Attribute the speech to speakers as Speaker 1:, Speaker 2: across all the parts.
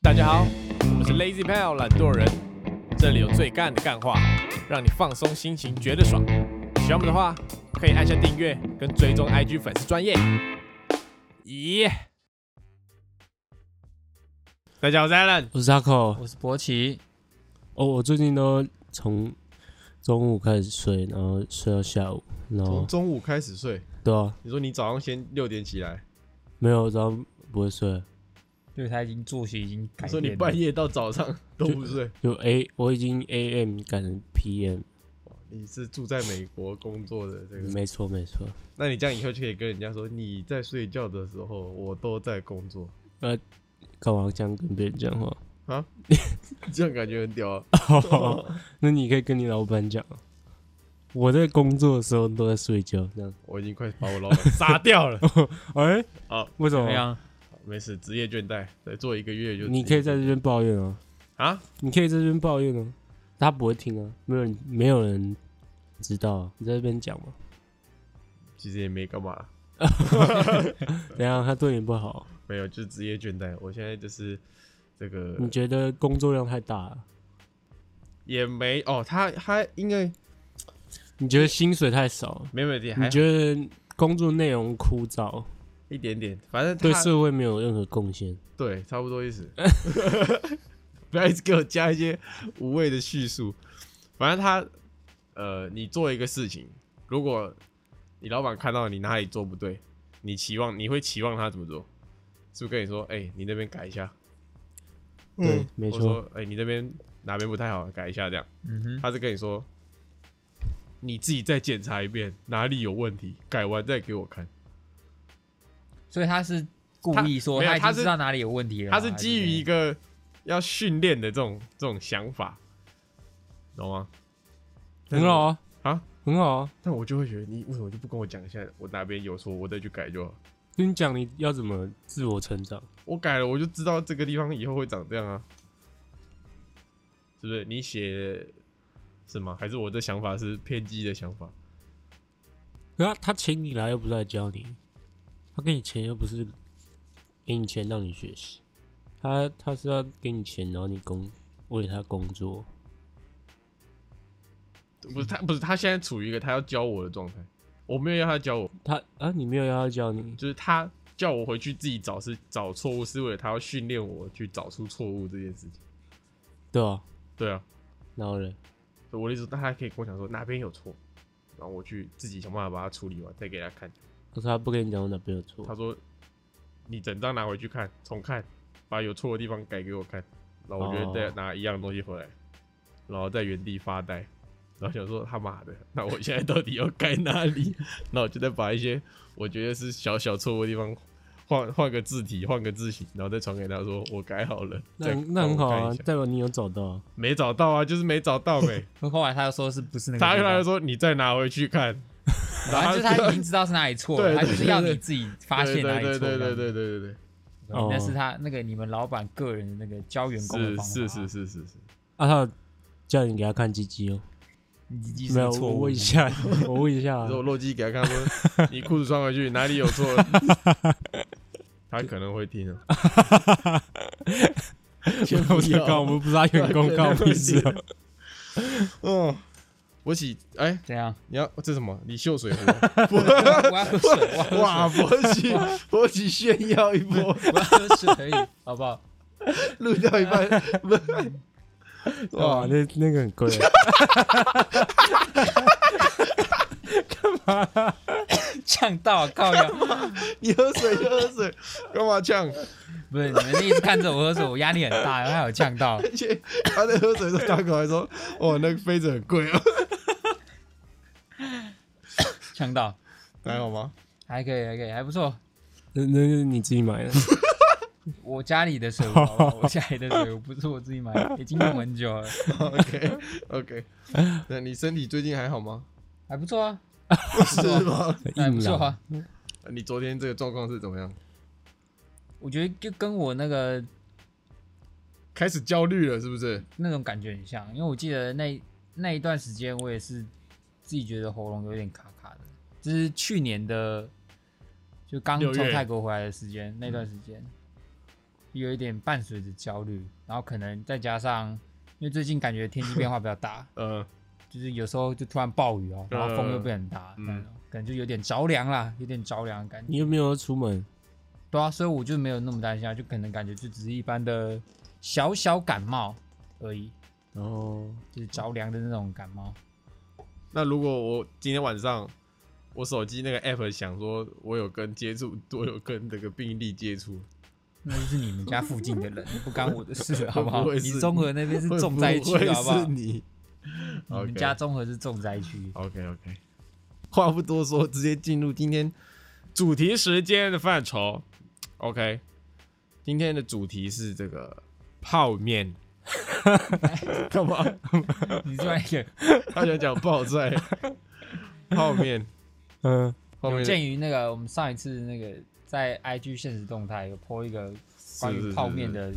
Speaker 1: 大家好，
Speaker 2: 嗯
Speaker 1: 我是 Lazy Pal 懒惰人，这里有最干的干话，让你放松心情，觉得爽。喜欢我们的话，可以按下订阅跟追踪 IG 粉丝专业。咦、大家好，我是 Alan。
Speaker 3: 我是 Taco。
Speaker 4: 我是博奇，
Speaker 3: 哦，我最近都从中午开始睡，然后睡到下午，然后
Speaker 1: 哦
Speaker 2: 从中午开始睡，
Speaker 3: 对啊，
Speaker 2: 你说你早上先六点起来，
Speaker 3: 没有，然后不会睡，
Speaker 4: 因为他已经作息已经改变
Speaker 2: 你说你
Speaker 4: 了
Speaker 2: 半夜到早上 都不睡，
Speaker 3: 就 A 我已经 AM 改成 PM，
Speaker 2: 你是住在美国工作的这个，
Speaker 3: 没错没错，
Speaker 2: 那你这样以后就可以跟人家说你在睡觉的时候我都在工作
Speaker 3: 干嘛这样跟别人讲话？
Speaker 2: 啊，这样感觉很屌啊！
Speaker 3: 那你可以跟你老板讲，我在工作的时候都在睡觉，这样。
Speaker 2: 我已经快把我老板 杀掉了，
Speaker 3: 哎、
Speaker 2: 好，
Speaker 3: 为什
Speaker 4: 怎么
Speaker 3: 么？
Speaker 4: 样？
Speaker 2: 没事，职业倦怠，再做一个月就
Speaker 3: 你可以在这边抱怨啊，
Speaker 2: 啊，
Speaker 3: 你可以在这边抱怨啊，他不会听啊，没有人没有人知道啊，你在这边讲嘛，
Speaker 2: 其实也没干嘛，
Speaker 3: 等一下他对你不好。
Speaker 2: 没有，就是职业倦怠。我现在就是这个
Speaker 3: 你觉得工作量太大了？
Speaker 2: 也没哦，他他应该
Speaker 3: 你觉得薪水太少了？
Speaker 2: 没问题，还
Speaker 3: 你
Speaker 2: 好
Speaker 3: 觉得工作内容枯燥，
Speaker 2: 一点点，反正
Speaker 3: 对
Speaker 2: 他
Speaker 3: 社会没有任何贡献？
Speaker 2: 对，差不多 意思。 不要一直给我加一些无谓的叙述。反正他，呃，你做一个事情，如果你老板看到你哪里做不对，你期望你会期望他怎么做？是不是跟你说，哎、你那边改一下？
Speaker 1: 嗯
Speaker 3: 对，没
Speaker 2: 我
Speaker 3: 错，
Speaker 2: 说，哎、你那边哪边不太好，改一下这样。
Speaker 4: 嗯哼，
Speaker 2: 他是跟你说，你自己再检查一遍哪里有问题，改完再给我看。
Speaker 4: 所以他是故意说
Speaker 2: 他没
Speaker 4: 他
Speaker 2: 有
Speaker 4: 已
Speaker 2: 他
Speaker 4: 经
Speaker 2: 是
Speaker 4: 知道哪里有问
Speaker 3: 啊
Speaker 4: 题了嘛，
Speaker 2: 他是基于一
Speaker 4: 个
Speaker 2: 个要训练的这种这种想法，懂吗？
Speaker 3: 很好啊，
Speaker 2: 啊，
Speaker 3: 很好啊。
Speaker 2: 但我就会觉得你为什么就不跟我讲一下我哪边有错，我再去改就好。
Speaker 3: 跟你讲，你要怎么自我成长？
Speaker 2: 我改了，我就知道这个地方以后会长这样啊，是不是？你写是吗？还是我的想法是偏激的想法？
Speaker 3: 可他他请你来又不是来教你，他给你钱又不是给你钱让你学习，他他是要给你钱，然后你工为他工作。
Speaker 2: 不是他，不是他现在处于一个他要教我的状态，我没有要他教我，
Speaker 3: 他啊，你没有要他教你，
Speaker 2: 就是他叫我回去自己找是找错误，是为了他要训练我去找出错误这件事情。
Speaker 3: 对啊，
Speaker 2: 对啊，
Speaker 3: 然后嘞，
Speaker 2: 所以我的意思，大家可以跟我讲说哪边有错，然后我去自己想办法把它处理完，再给他看。
Speaker 3: 可是他不跟你讲我哪边有错
Speaker 2: 他，说你整张拿回去看，重看，把有错的地方改给我看，然后我觉得
Speaker 3: 哦
Speaker 2: 再拿一样东西回来，然后在原地发呆，然后想说他妈的，那我现在到底要改哪里？ 那我就再把一些我觉得是小小错误的地方。换换个字体，换个字形，然后再传给他说我改好了。
Speaker 3: 那
Speaker 2: 再
Speaker 3: 那很
Speaker 2: 帮
Speaker 3: 好
Speaker 2: 我看
Speaker 3: 啊
Speaker 2: 一，下
Speaker 3: 代表你有找到啊。
Speaker 2: 没找到啊，就是没找 到呗。
Speaker 4: 后来他又说是不是那个
Speaker 2: 他
Speaker 4: 地
Speaker 2: 又来
Speaker 3: 啊
Speaker 4: 方？
Speaker 2: 说你再拿回去看，
Speaker 4: 反正就是他已经知道是哪里错了，
Speaker 2: 对对
Speaker 4: 他就是要
Speaker 2: 对
Speaker 4: 你
Speaker 2: 对
Speaker 4: 自己发现哪里
Speaker 2: 对
Speaker 4: 错。
Speaker 2: 对对对
Speaker 4: 对，
Speaker 2: 对对对
Speaker 3: 哦
Speaker 4: 那是他那个你们老板个人的那个教员工的
Speaker 2: 对，
Speaker 4: 方法。
Speaker 2: 是是是，是是是，
Speaker 3: 啊，他有叫你给他看鸡鸡哦，
Speaker 4: 你已经
Speaker 3: 没
Speaker 4: 是
Speaker 3: 有？
Speaker 4: 错
Speaker 3: 我
Speaker 4: 误
Speaker 3: 问一。
Speaker 4: 的
Speaker 3: 下， 我问一下啊
Speaker 2: 你，说我洛基给他看说你裤子穿回去哪里有错，他可能会听啊。先
Speaker 3: 我们告我们不是他员工，告我屁事哦。
Speaker 2: 嗯，我起哎，
Speaker 4: 怎 样？
Speaker 2: 你要这是什么？你秀水壶？
Speaker 4: 我要喝水，我要
Speaker 2: 哇，博起博起炫耀一波，
Speaker 4: 我要喝水而已，好不好？
Speaker 2: 录掉一半，不是
Speaker 3: 哇，那那个很贵。啊
Speaker 4: 呛到啊靠呀！
Speaker 2: 你喝水就喝水，干嘛呛？
Speaker 4: 不是你们一直看着我喝水，我压力很大，然后还有呛到。
Speaker 2: 而且他在喝水的时候，大狗还说：“哦，那个杯子很贵 啊。
Speaker 4: 呛到，”
Speaker 2: 还好吗？
Speaker 4: 还可以，还可以，还不错。
Speaker 3: 那那是你自己买的，
Speaker 4: 我家里的水壶，好不好我家里的水壶不是我自己买的，已经用很久了，
Speaker 2: OK OK，那你身体最近还好吗？
Speaker 4: 还不错啊，
Speaker 2: 是 吗？
Speaker 4: 还不
Speaker 3: 硬
Speaker 4: 错
Speaker 3: 朗。
Speaker 4: 啊。
Speaker 2: 你昨天这个状况是怎么样？
Speaker 4: 我觉得就跟我那个
Speaker 2: 开始焦虑了是不是？
Speaker 4: 那种感觉很像，因为我记得那那一段时间，我也是自己觉得喉咙有点卡卡的，就是去年的，就刚
Speaker 2: 六
Speaker 4: 从
Speaker 2: 月，
Speaker 4: 泰国回来的时间那段时间，有一点伴随着焦虑，然后可能再加上，因为最近感觉天气变化比较大
Speaker 2: 呃，
Speaker 4: 就是有时候就突然暴雨哦，然后风又变很大，
Speaker 2: 嗯
Speaker 4: 那种感觉有点着凉啦，有点着凉的感觉。
Speaker 3: 你有没有要出门？
Speaker 4: 对啊，所以我就没有那么担心啊，就可能感觉就只是一般的小小感冒而已，
Speaker 3: 然后
Speaker 4: 就是着凉的那种感冒。
Speaker 2: 那如果我今天晚上我手机那个 app 想说我有跟接触，我有跟这个病例接触，
Speaker 4: 那就是你们家附近的人，不干我的事，好不好？
Speaker 2: 会不会是
Speaker 4: 你综合那边是重灾区
Speaker 2: 会，不
Speaker 4: 好不
Speaker 2: 会
Speaker 4: 好
Speaker 2: 是？你
Speaker 4: 你们家综合是重灾 区。
Speaker 2: OK OK，话不多说，直接进入今天主题时间的范畴。OK，今天的主题是这个泡 面。干嘛？
Speaker 4: 你这样一个
Speaker 2: 他想讲泡菜、泡面、
Speaker 3: 嗯，
Speaker 2: 泡面
Speaker 4: 鉴于那个我们上一次那个在 IG 现实动态有 po 一个关于泡面的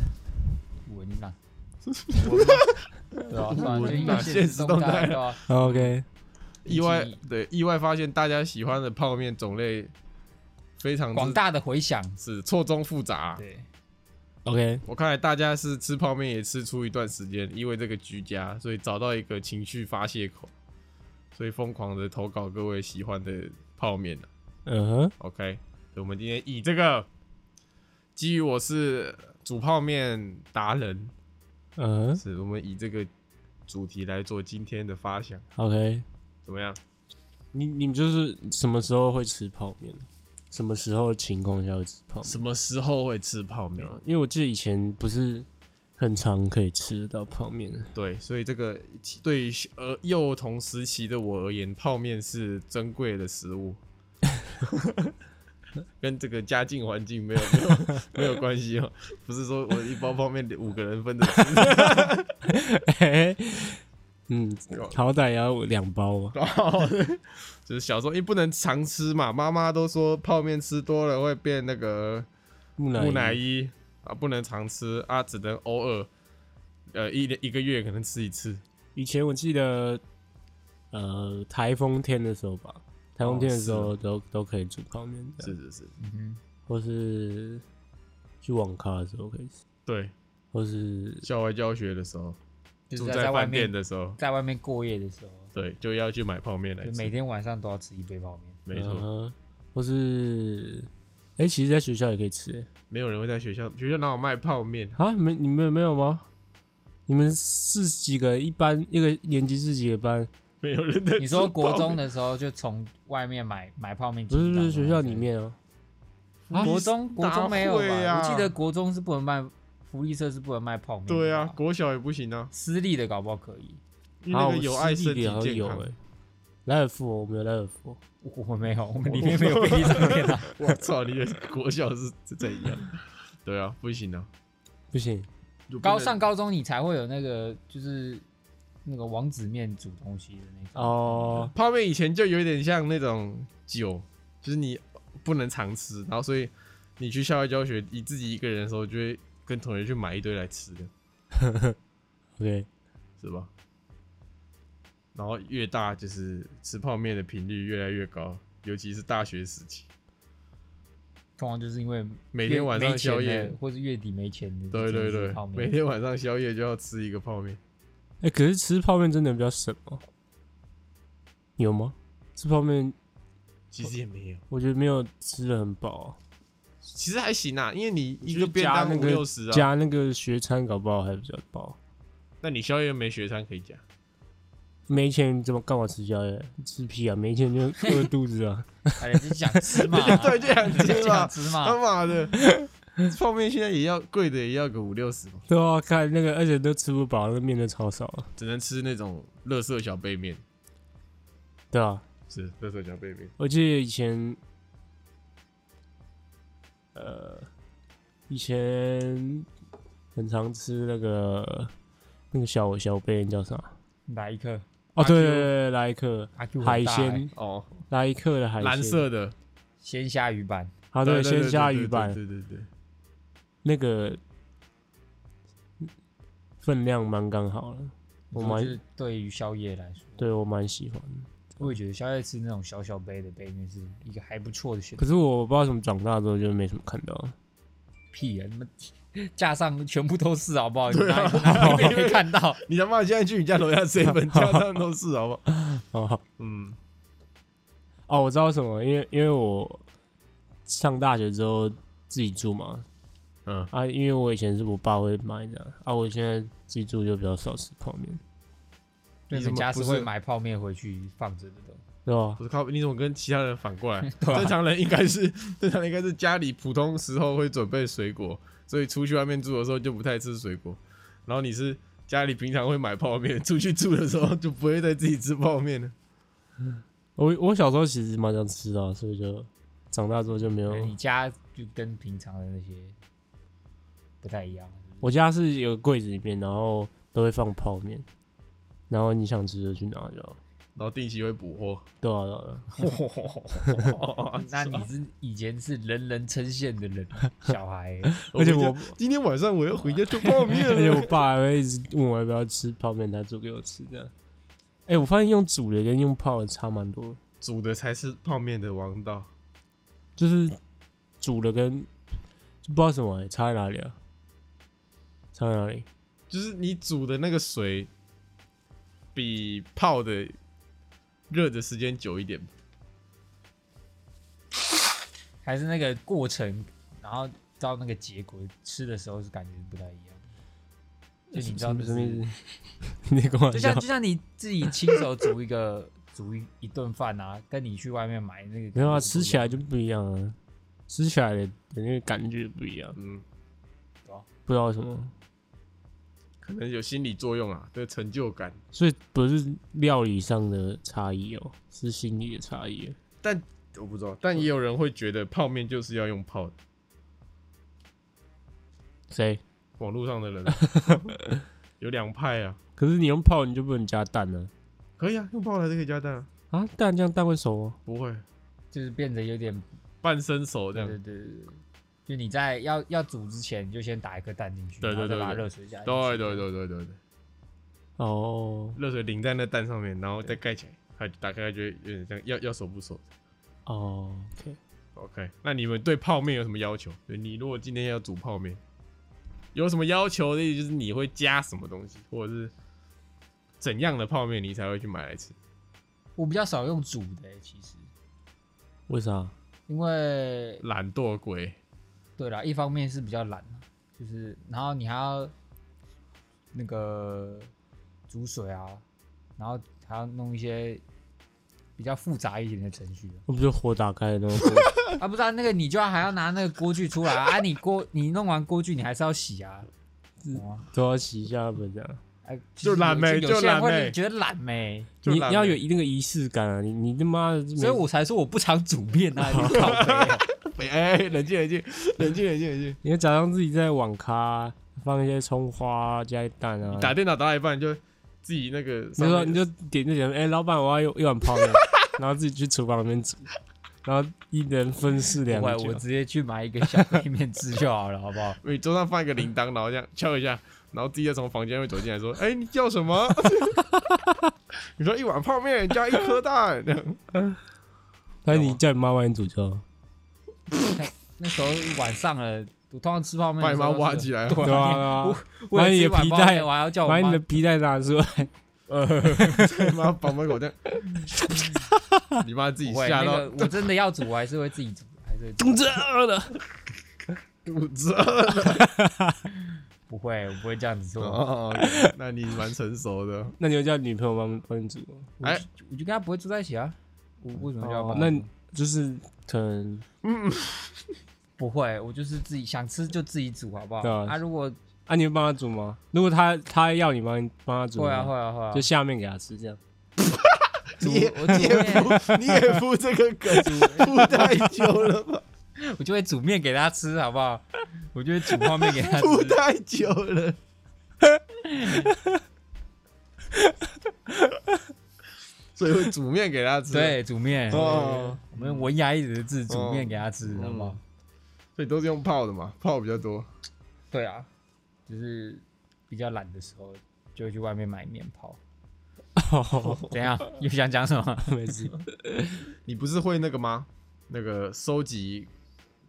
Speaker 4: 文 呐、对啊，对啊，就因
Speaker 2: 文啊
Speaker 4: 为
Speaker 2: 现
Speaker 4: 现
Speaker 2: 实
Speaker 4: 实
Speaker 2: 动
Speaker 4: 动
Speaker 2: 态
Speaker 4: 态，对啊，
Speaker 3: 好 OK，
Speaker 2: 意外对意外发现大家喜欢的泡面种类非常之
Speaker 4: 广，大的回响，
Speaker 2: 是错综复杂、
Speaker 4: 对，
Speaker 3: OK，
Speaker 2: 我看来大家是吃泡面也吃出一段时间，因为这个居家，所以找到一个情绪发泄口，所以疯狂的投稿各位喜欢的泡面啊
Speaker 3: 嗯哼，
Speaker 2: OK，所以我们今天以这个基于我是煮泡面达人，
Speaker 3: 嗯哼
Speaker 2: 是我们以这个主题来做今天的发想，
Speaker 3: ，OK，
Speaker 2: 怎么样？
Speaker 3: 你你们就是什么时候会吃泡面？什么时候情况下会吃泡面？
Speaker 2: 什么时候会吃泡面？
Speaker 3: 因为我记得以前不是很常可以吃得到泡面的，
Speaker 2: 对，所以这个对于呃幼童时期的我而言，泡面是珍贵的食物， 跟这个家境环境没有没有没有关系哦。不是说我一包泡面五个人分着吃，
Speaker 3: 嗯， 好歹也要两包嘛。
Speaker 2: 然后 就是小时候因为不能常吃嘛，妈妈都说泡面吃多了会变那个
Speaker 3: 木乃
Speaker 2: 木乃
Speaker 3: 伊
Speaker 2: 伊啊，不能常吃啊，只能偶尔，呃一一个月可能吃一次。
Speaker 3: 以前我记得，呃，台风天的时候吧，台风天的时候都、都可以煮泡面的，
Speaker 2: 哦啊是是是，
Speaker 4: 嗯
Speaker 3: 或是去网咖的时候可以吃，
Speaker 2: 对，
Speaker 3: 或是
Speaker 2: 校外教学的时候，
Speaker 4: 哼，就是
Speaker 2: 住
Speaker 4: 在
Speaker 2: 在
Speaker 4: 在外
Speaker 2: 饭店
Speaker 4: 面
Speaker 2: 的时候。
Speaker 4: 在外面过夜的时候，
Speaker 2: 对，就要去买泡面来
Speaker 4: 就
Speaker 2: 吃。
Speaker 4: 每天晚上都要吃一杯泡面，
Speaker 2: 没错，
Speaker 3: 呃或是，哎、其实在学校也可以吃、欸
Speaker 2: 没有人会在学校，学校哪有卖泡面？
Speaker 3: 啊？没你们没有吗？你们四十几个一班一个年级四十几个班，
Speaker 2: 没有人在吃泡面。
Speaker 4: 你说国中的时候就从外面买买泡面，
Speaker 3: 不是不是学校里，面哦、
Speaker 2: 啊
Speaker 4: 国中国中没有
Speaker 2: 哪会
Speaker 4: 吧？
Speaker 2: 啊
Speaker 4: 我记得国中是不能卖福利社是不能卖泡面的吧，
Speaker 2: 对啊，国小也不行啊，
Speaker 4: 私立的搞不好可以，
Speaker 2: 因为那
Speaker 3: 啊
Speaker 2: 个有爱身体
Speaker 3: 我私立
Speaker 2: 健
Speaker 3: 的好像
Speaker 2: 康
Speaker 3: 有。哎、莱尔富哦、我们有莱尔富哦，
Speaker 4: 我我没有，我们里面没有便利商店啊。
Speaker 2: 我操，你的国小是是怎样？对啊，不行啊，
Speaker 3: 不行，
Speaker 2: 就不能
Speaker 4: 高上高中你才会有那个就是那个王子面煮东西的那种。
Speaker 3: 哦、
Speaker 2: 泡面以前就有点像那种酒，就是你不能常吃，然后所以你去校外教学，你自己一个人的时候，就会跟同学去买一堆来吃的，
Speaker 3: OK，
Speaker 2: 是吧？然后越大就是吃泡面的频率越来越高，尤其是大学时期。
Speaker 4: 通常就是因为
Speaker 2: 每天晚上
Speaker 4: 没钱
Speaker 2: 宵夜
Speaker 4: 了，或是月底没钱的，
Speaker 2: 对
Speaker 4: 就只能
Speaker 2: 对对
Speaker 4: 吃泡，
Speaker 2: 每
Speaker 4: 面
Speaker 2: 天晚上宵夜就要吃一个泡面。
Speaker 3: 哎、可是吃泡面真的比较省哦。有吗？吃泡面，
Speaker 2: 其实也没有，
Speaker 3: 我觉得没有吃的很饱啊、
Speaker 2: 其实还行啊，因为你一
Speaker 3: 就
Speaker 2: 个
Speaker 3: 是
Speaker 2: 便
Speaker 3: 加
Speaker 2: 当
Speaker 3: 那
Speaker 2: 五
Speaker 3: 个
Speaker 2: 六十啊，
Speaker 3: 加那个学餐搞不好还比较饱。
Speaker 2: 那你宵夜没学餐可以加。，
Speaker 3: 没钱怎么干嘛吃宵夜？吃屁啊！没钱就饿肚子啊！
Speaker 4: 哎，就想吃嘛
Speaker 2: 对，就想吃
Speaker 4: 想
Speaker 2: 嘛，
Speaker 4: 吃嘛。
Speaker 2: 他妈的，泡面现在也要贵的也要个五六十吧，
Speaker 3: 对啊，看那个，而且都吃不饱，那面都超少了。
Speaker 2: 只能吃那种乐色小杯面，
Speaker 3: 对啊，
Speaker 2: 是乐色小杯面。
Speaker 3: 我记得以前，呃，以前很常吃那个那个小小杯人叫啥？
Speaker 4: 来一颗
Speaker 3: 哦，
Speaker 2: 阿 Q
Speaker 3: 对对对对，来一克
Speaker 4: 阿 Q 很大
Speaker 3: 海
Speaker 4: 欸
Speaker 3: 鲜，
Speaker 2: 哦，
Speaker 3: 来一克的海鲜，
Speaker 2: 蓝色的，
Speaker 4: 鲜虾鱼板，
Speaker 3: 啊，对，鲜虾鱼板
Speaker 2: 对对对，对
Speaker 3: 那个分量蛮刚好了，我
Speaker 4: 就
Speaker 3: 蛮
Speaker 4: 是对于宵夜来说，
Speaker 3: 对我蛮喜欢的。
Speaker 4: 我也觉得宵夜吃那种小小杯的杯面是一个还不错的选择
Speaker 3: 可。是我不知道为什么长大之后就没什么看到，
Speaker 4: 屁啊！你们架上全部都是，好不好？对啊，哪里 没看到？
Speaker 2: 你他妈现在去你家楼下 seven 加上都是，好不好？
Speaker 3: 哦
Speaker 2: 嗯，
Speaker 3: 哦，我知道为什么，因为因为我上大学之后自己住嘛，
Speaker 2: 嗯
Speaker 3: 啊，因为我以前是我爸会买的，啊，我现在自己住就比较少吃泡面，
Speaker 4: 对，
Speaker 2: 你
Speaker 4: 人
Speaker 2: 怎么
Speaker 4: 家
Speaker 2: 不
Speaker 4: 是
Speaker 2: 是
Speaker 4: 会买泡面回去放着的都。
Speaker 3: 对吧？
Speaker 2: 我靠，你怎么跟其他人反 过来？
Speaker 4: 对啊
Speaker 2: 正常人应该是 正常人应该是家里普通时候会准备水果，所以出去外面住的时候就不太吃水果。然后你是家里平常会买泡面， 出去住的时候就不会再自己吃泡面了。
Speaker 3: 我我小时候其实蛮想吃的啊，所以就长大之后就没有。
Speaker 4: 你家就跟平常的那些不太一样，
Speaker 3: 我家是有个柜子里面，然后都会放泡面，然后你想吃就去拿就好。
Speaker 2: 然后定期会补货，
Speaker 3: 对啊，对啊， 哦
Speaker 4: 那你是以前是人人称羡 的人小孩欸，
Speaker 3: 而且我
Speaker 2: 回家今天晚上我要回家做泡
Speaker 3: 对
Speaker 2: 面
Speaker 3: 啊而且
Speaker 2: 了。
Speaker 3: 我爸还会一直问我要不要吃泡面，他煮给我吃这样。哎、我发现用煮的跟用泡的差蛮多的，
Speaker 2: 煮的才是泡面的王道。
Speaker 3: 就是煮的跟就不知道什么、欸、差在哪里啊？差在哪里？
Speaker 2: 就是你煮的那个水比泡的热的时间久一点，
Speaker 4: 还是那个过程，然后到那个结果吃的时候是感觉不太一样。就你知道那
Speaker 3: 什么意
Speaker 4: 是，
Speaker 3: 思？你在跟我
Speaker 4: 就
Speaker 3: 讲
Speaker 4: 像就像你自己亲手煮一个煮一一顿饭啊，跟你去外面买那个
Speaker 3: 没有啊，
Speaker 4: 肯定是不
Speaker 3: 吃
Speaker 4: 一
Speaker 3: 起来
Speaker 4: 样
Speaker 3: 就不一样啊，吃起来的那个感觉不一样，
Speaker 2: 嗯，
Speaker 3: 不知道为什么。
Speaker 2: 可能有心理作用啊，对成就感。
Speaker 3: 所以不是料理上的差异哦，是心理的差异。哦
Speaker 2: 但我不知道，但也有人会觉得泡面就是要用泡的，
Speaker 3: 谁？
Speaker 2: 网络上的人 有两派啊，
Speaker 3: 可是你用泡你就不能加蛋呢、
Speaker 2: 可以啊，用泡的还是可以加蛋啊，
Speaker 3: 啊？啊，蛋这样蛋会熟吗？
Speaker 2: 不会
Speaker 4: 就是变得有点
Speaker 2: 半生熟这
Speaker 4: 对
Speaker 3: 啊
Speaker 2: 样
Speaker 4: 对。对对对，就你在要要煮之前，你就先打一颗蛋进去，
Speaker 2: 对对
Speaker 4: 然后再
Speaker 2: 对
Speaker 4: 把
Speaker 2: 对
Speaker 4: 热水加进
Speaker 2: 对
Speaker 4: 去。
Speaker 2: 对对对对对，
Speaker 3: 哦
Speaker 2: 热水淋在那蛋上面，然后再盖起来，它打开它就会有点像要要熟不熟。
Speaker 3: 哦，OK，
Speaker 2: OK，那你们对泡面有什么要求？就你如果今天要煮泡面，有什么要求的？就是你会加什么东西，或者是怎样的泡面你才会去买来吃？
Speaker 4: 我比较少用煮的欸、其实，
Speaker 3: 为啥？
Speaker 4: 因为
Speaker 2: 懒惰鬼，
Speaker 4: 对啦，一方面是比较懒啊，就是然后你还要那个煮水啊，然后还要弄一些比较复杂一点的程序啊
Speaker 3: 我不就火打开的那种
Speaker 4: 啊，不是啊，那个你就要还要拿那个锅具出来啊，啊你锅你弄完锅具你还是要洗啊，懂吗
Speaker 3: 都要洗一下，不是 这样？
Speaker 4: 哎
Speaker 2: 就懒呗
Speaker 4: 有些
Speaker 2: 就懒
Speaker 4: 人
Speaker 2: 呗
Speaker 4: 会觉得懒呗。
Speaker 2: 就
Speaker 3: 你
Speaker 2: 懒
Speaker 3: 你要
Speaker 2: 呗
Speaker 3: 有一定的仪式感啊！你你他妈的，
Speaker 4: 所以我才说我不常煮面 啊，你靠背啊
Speaker 2: 哎、 哎冷静冷静冷静冷静冷静。
Speaker 3: 你要假装自己在网咖放一些葱花、加一蛋啊
Speaker 2: 你，打电脑打到一半就自己那个
Speaker 3: 你
Speaker 2: 上
Speaker 3: 就说
Speaker 2: 面，
Speaker 3: 你就点就点，哎、老板，我要一一碗 泡面，然后自己去厨房里面煮，然后一人分饰两
Speaker 4: 不会，
Speaker 3: 角
Speaker 4: 我。直接去买一个小杯面吃就好了，好不好？
Speaker 2: 你桌上放一个铃铛，然后这样敲一下，然后自己就从房间会走进来说：“哎、你叫什么？” 你说一碗泡面加一颗蛋，这样
Speaker 3: 那你叫你妈帮你煮就好，
Speaker 4: 那时候晚上了，我通常吃泡面
Speaker 2: 把
Speaker 4: 的
Speaker 2: 你
Speaker 4: 时
Speaker 2: 妈
Speaker 4: 候都是，
Speaker 2: 挖起来。
Speaker 3: 对啊，
Speaker 4: 我
Speaker 3: 对啊
Speaker 4: 为了
Speaker 3: 把你的皮
Speaker 4: 吃一碗泡面
Speaker 3: 带
Speaker 4: 我还要叫我
Speaker 3: 把你
Speaker 4: 妈
Speaker 3: 的皮带拿 出来，
Speaker 2: 妈把门口这样， 你妈自己
Speaker 4: 不会
Speaker 2: 吓
Speaker 4: 那
Speaker 2: 到
Speaker 4: 个我真的要煮，我还是会自己煮，还是会煮
Speaker 3: 肚子饿了。
Speaker 2: 肚子饿了。
Speaker 4: 不会，我不会这样子做。
Speaker 2: 哦，那你蛮成熟的。
Speaker 3: 那你就叫女朋友帮帮你煮，
Speaker 4: 我
Speaker 2: 哎
Speaker 4: 就我就跟他不会住在一起啊，我为什么就要
Speaker 3: 哦
Speaker 4: 帮他
Speaker 3: 那
Speaker 4: 煮
Speaker 3: 你就是可能
Speaker 4: 不会，我就是自己想吃就自己煮，好不好？
Speaker 3: 对啊
Speaker 4: 啊，如果
Speaker 3: 啊，你会帮他煮吗？如果他他要你帮你帮他煮，
Speaker 4: 会啊会啊会啊
Speaker 3: 就，下面给他吃这样。
Speaker 4: 煮
Speaker 2: 你也
Speaker 4: 我煮面，
Speaker 2: 你也敷这 个梗敷太久了吧？
Speaker 4: 我就会煮面给他吃，好 不好？我就会煮泡面给他吃。
Speaker 2: 敷太久了。 所以会煮面给他吃，，
Speaker 4: 对，煮面。
Speaker 2: 哦，
Speaker 4: 我们文雅一点的字，
Speaker 2: 哦
Speaker 4: 煮面给他吃，好不好？
Speaker 2: 所以都是用泡的嘛，泡比较多。
Speaker 4: 对啊，就是比较懒的时候，就会去外面买面泡。怎样？又想讲什么？
Speaker 3: 没事，
Speaker 2: 你不是会那个吗？那个收集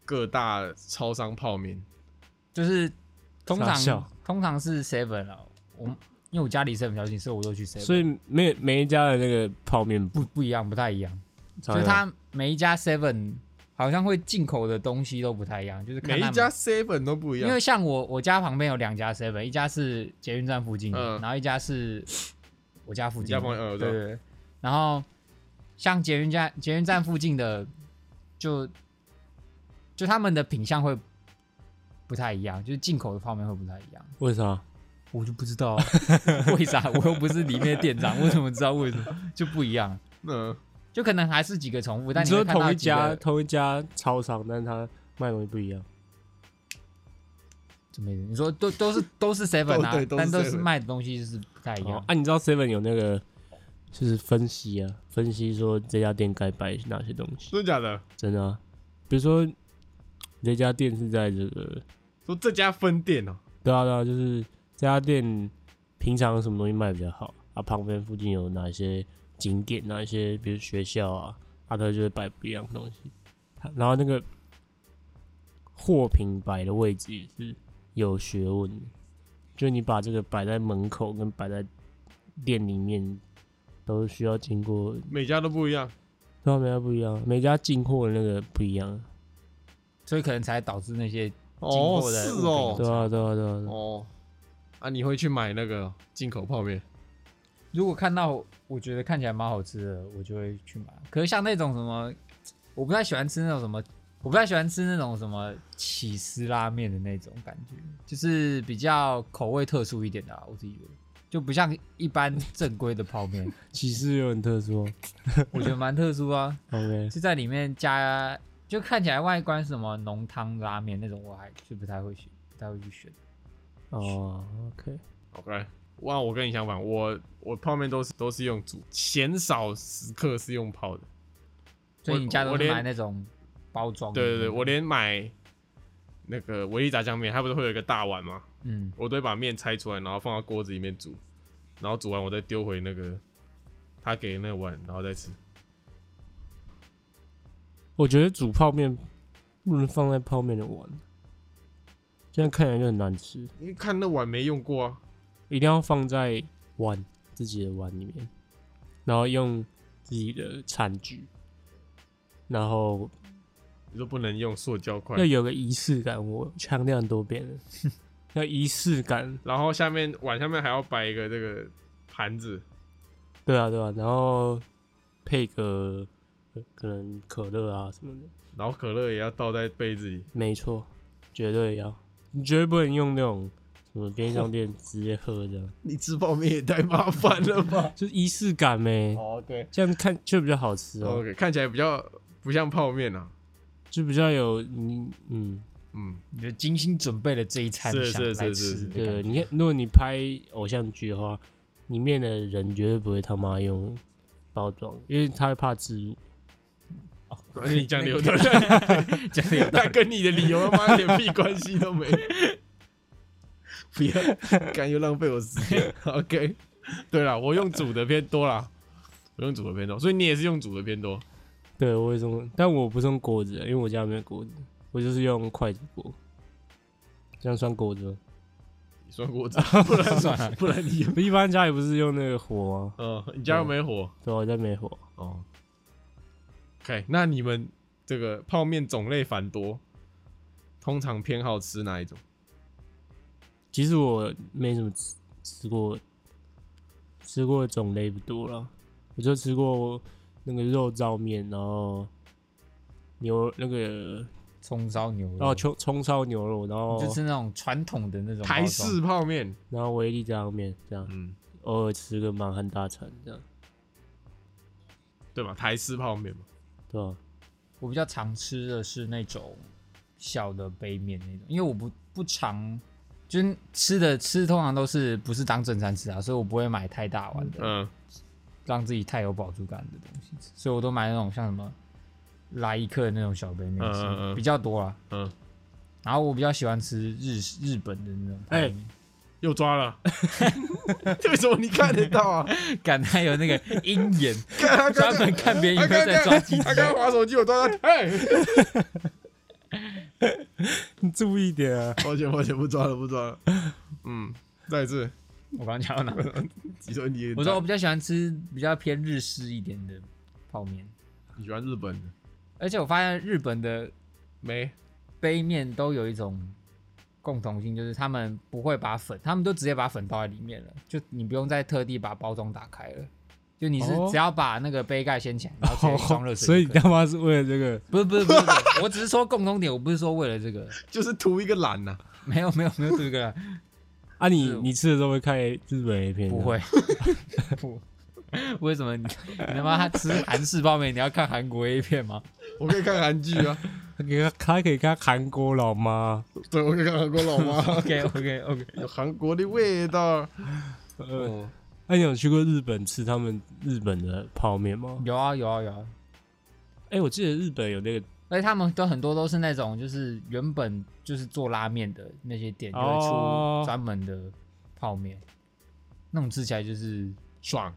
Speaker 2: 各大超商泡面，
Speaker 4: 就是通
Speaker 3: 傻笑
Speaker 4: 常通常是 seven 了，我因为我家离 seven 比较近，所以我都去 seven，
Speaker 3: 所以每每一家的那个泡面不
Speaker 4: 不不一样，不太一样，
Speaker 3: 差不
Speaker 4: 就是
Speaker 3: 多
Speaker 4: 它每一家 seven 好像会进口的东西都不太一样，就是看
Speaker 2: 每
Speaker 4: 他
Speaker 2: 一
Speaker 4: 们
Speaker 2: 家 seven 都不一
Speaker 4: 因
Speaker 2: 样
Speaker 4: 为。像我我家旁边有两家 seven，一家是捷运站附近的，
Speaker 2: 嗯
Speaker 4: 然后一家是我家附
Speaker 2: 你
Speaker 4: 近
Speaker 2: 家
Speaker 4: 的。
Speaker 2: 朋友，呃我知
Speaker 4: 对
Speaker 2: 道
Speaker 4: 对对。然后像捷运站捷运站附近的，就就他们的品相会不太一样，就是进口的泡面会不太一样。
Speaker 3: 为啥？
Speaker 4: 我就不知道 为啥，我又不是里面的店长，我怎么知道为什么就不一样？
Speaker 2: 嗯，
Speaker 4: 就可能还是几个重复，但
Speaker 3: 你
Speaker 4: 会
Speaker 3: 说
Speaker 4: 看到
Speaker 3: 同一
Speaker 4: 几个
Speaker 3: 家同一家超商，但是它卖东西不一样，
Speaker 4: 怎么？你说都都是都是 seven 啊
Speaker 2: 对， 都是
Speaker 4: 但都是
Speaker 2: 7-Eleven
Speaker 4: 卖的东西就是不太一样
Speaker 3: 哦。啊，你知道 Seven 有那个就是分析啊，分析说这家店该摆哪些东西，
Speaker 2: 真的假的？
Speaker 3: 真的、啊，比如说这家店是在这个，
Speaker 2: 说这家分店哦，
Speaker 3: 对啊对啊，就是这家店平常有什么东西卖比较好啊，旁边附近有哪些景点，哪一些比如学校啊，啊，它就会摆不一样的东西，它然后那个货品摆的位置也是有学问的，就你把这个摆在门口跟摆在店里面。都需要经过
Speaker 2: 每家都不一样。
Speaker 3: 对啊，每家不一样，每家进货的那个不一样。
Speaker 4: 所以可能才导致那些
Speaker 2: 哦，
Speaker 4: 货的
Speaker 2: 是
Speaker 4: 物品
Speaker 2: 哦，
Speaker 3: 对啊，对啊，对啊。对啊
Speaker 2: 哦，啊，你会去买那个进口泡面？
Speaker 4: 如果看到我觉得看起来蛮好吃的，我就会去买。可是像那种什么，我不太喜欢吃那种什么，我不太喜欢吃那种什么起司拉面的那种感觉，就是比较口味特殊一点的、啊，我自己觉得就不像一般正规的泡 面，
Speaker 3: 骑士有很特殊哦。
Speaker 4: 我觉得蛮特殊啊，
Speaker 3: OK，
Speaker 4: 是在里面加，就看起来外观是什么浓汤拉面那种，我还是不太会选，不太会去选。
Speaker 3: 哦，OK，
Speaker 2: OK，哇，我跟你相反，我我泡面都是都是用煮，鲜少时刻是用泡的。
Speaker 4: 所以你家
Speaker 2: 我
Speaker 4: 都
Speaker 2: 我
Speaker 4: 是
Speaker 2: 连
Speaker 4: 买那种包装的那
Speaker 2: 对
Speaker 4: 种？
Speaker 2: 对对，我连买那个维力炸酱面，它不是会有一个大碗吗？
Speaker 4: 嗯。
Speaker 2: 我都会把面拆出来，然后放到锅子里面煮，然后煮完我再丢回那个他给的那个碗，然后再吃。
Speaker 3: 我觉得煮泡面不能放在泡面的碗，这样看起来就很难吃。
Speaker 2: 因为看那碗没用过啊，
Speaker 3: 一定要放在碗自己的碗里面，然后用自己的餐具，然后
Speaker 2: 你说不能用塑胶筷
Speaker 3: 要，有个仪式感。我强调很多 遍了，要仪式感。
Speaker 2: 然后下面碗下面还要摆一个这个盘子，
Speaker 3: 对啊，对啊，然后配个呃可能可乐啊什么的，
Speaker 2: 然后可乐也要倒在杯子里。
Speaker 3: 没错，绝对要，你绝对不能用那种什么便利商店直接喝这样，？
Speaker 2: 你吃泡面也太麻烦了吧
Speaker 3: 就是仪式感呗、
Speaker 2: 哦，对
Speaker 3: 这样看就比较好吃哦、
Speaker 2: ，OK，看起来比较不像泡面啊。
Speaker 3: 就比较有你嗯，
Speaker 2: 嗯，
Speaker 4: 你就精心准备了这一餐，
Speaker 2: 是
Speaker 4: 想
Speaker 2: 是
Speaker 4: 来
Speaker 2: 是是
Speaker 4: 吃
Speaker 2: 是
Speaker 4: 的感觉
Speaker 3: 对，你看，如果你拍偶像剧的话，里面的人绝对不会他妈用包装，因为他会怕自入。
Speaker 2: 你讲流的，
Speaker 4: 讲的有道
Speaker 2: 他跟你的理由他妈一点屁关系都没有。 不要，干又浪费我时间。OK，对了，我用煮的偏多啦，我用煮的偏多，所以你也是用煮的偏多。
Speaker 3: 对，我也是用，但我不是用锅子，因为我家没有锅子，我就是用筷子锅。这样算锅子吗？
Speaker 2: 你算过我 煮，不
Speaker 4: 理，
Speaker 2: 然
Speaker 4: 算了。
Speaker 2: 不然你，
Speaker 3: 一般家里不是用那个火吗？
Speaker 2: 嗯，你家又没火
Speaker 3: 对啊，我家没火。
Speaker 2: 哦。OK，那你们这个泡面种类繁多，通常偏好吃哪一种？
Speaker 3: 其实我没什么吃吃过，吃过的种类不多了，我就吃过那个肉燥面，然后牛那个
Speaker 4: 葱烧牛肉，
Speaker 3: 然
Speaker 2: 哦
Speaker 3: 后葱葱烧牛肉，然后
Speaker 4: 嗯就是那种传统的那种
Speaker 2: 台
Speaker 4: 包装
Speaker 2: 式泡面，
Speaker 3: 然后维力炸酱面这样，
Speaker 2: 嗯，
Speaker 3: 偶尔吃个满汉大餐这样，
Speaker 2: 对吧？台式泡面嘛，
Speaker 3: 对吧、
Speaker 4: 我比较常吃的是那种小的杯面那种，因为我不不常就是吃的吃通常都是不是当正餐吃啊，所以我不会买太大碗的，
Speaker 2: 嗯，
Speaker 4: 让自己太有饱足感的东西吃，所以我都买那种像什么来一克的那种小杯面吃，
Speaker 2: 嗯嗯嗯
Speaker 4: 比较多啊。
Speaker 2: 嗯，
Speaker 4: 然后我比较喜欢吃日日本的那种泡
Speaker 3: 哎
Speaker 4: 面，
Speaker 2: 又抓了， 为什么你看得到 啊？
Speaker 4: 感他有那个鹰眼，
Speaker 2: 看他刚
Speaker 4: 专
Speaker 2: 才
Speaker 4: 门看别人
Speaker 2: 他
Speaker 4: 影片
Speaker 2: 刚
Speaker 4: 在抓
Speaker 2: 才
Speaker 4: 鸡
Speaker 2: 他刚才滑手机，我抓到，哎，
Speaker 3: 你注意一点 啊！
Speaker 2: 抱歉抱歉，不抓了不抓了。嗯，再一次，
Speaker 4: 我刚刚讲到哪？
Speaker 2: 你说你
Speaker 4: 我说我比较喜欢吃比较偏日式一点的泡面，
Speaker 2: 你喜欢日本的
Speaker 4: 而且我发现日本的
Speaker 2: 没？
Speaker 4: 杯面都有一种共同性，就是他们不会把粉，他们都直接把粉倒在里面了，就你不用再特地把包装打开了，就你是
Speaker 3: 哦
Speaker 4: 只要把那个杯盖掀起来，然后直接装热水
Speaker 3: 所以你
Speaker 4: 就可以了。
Speaker 3: 他妈是为了这个？
Speaker 4: 不是不是不是，不是我只是说共同点，我不是说为了这个，
Speaker 2: 就是图一个懒呐、
Speaker 4: 没有没有没有这个，
Speaker 3: 啊你，
Speaker 4: 是
Speaker 3: 你吃的时候会看 A- 日本 A 片？
Speaker 4: 不，会，不，为什么你你他妈吃韩式泡面，你要看韩国 A 片吗？
Speaker 2: 我可以看韩剧 啊，
Speaker 3: 他给他他可以看韩国老妈，
Speaker 2: 对，我可以看韩国老妈，
Speaker 4: OK OK OK，
Speaker 2: 有韩国的味道。
Speaker 3: 呃，
Speaker 2: 嗯，
Speaker 3: 那、你有去过日本吃他们日本的泡面吗？
Speaker 4: 有啊有啊有啊，
Speaker 3: 哎、我记得日本有那个
Speaker 4: 而且他们都很多都是那种就是原本就是做拉面的那些店就会
Speaker 3: 哦
Speaker 4: 出专门的泡面，那种吃起来就是爽，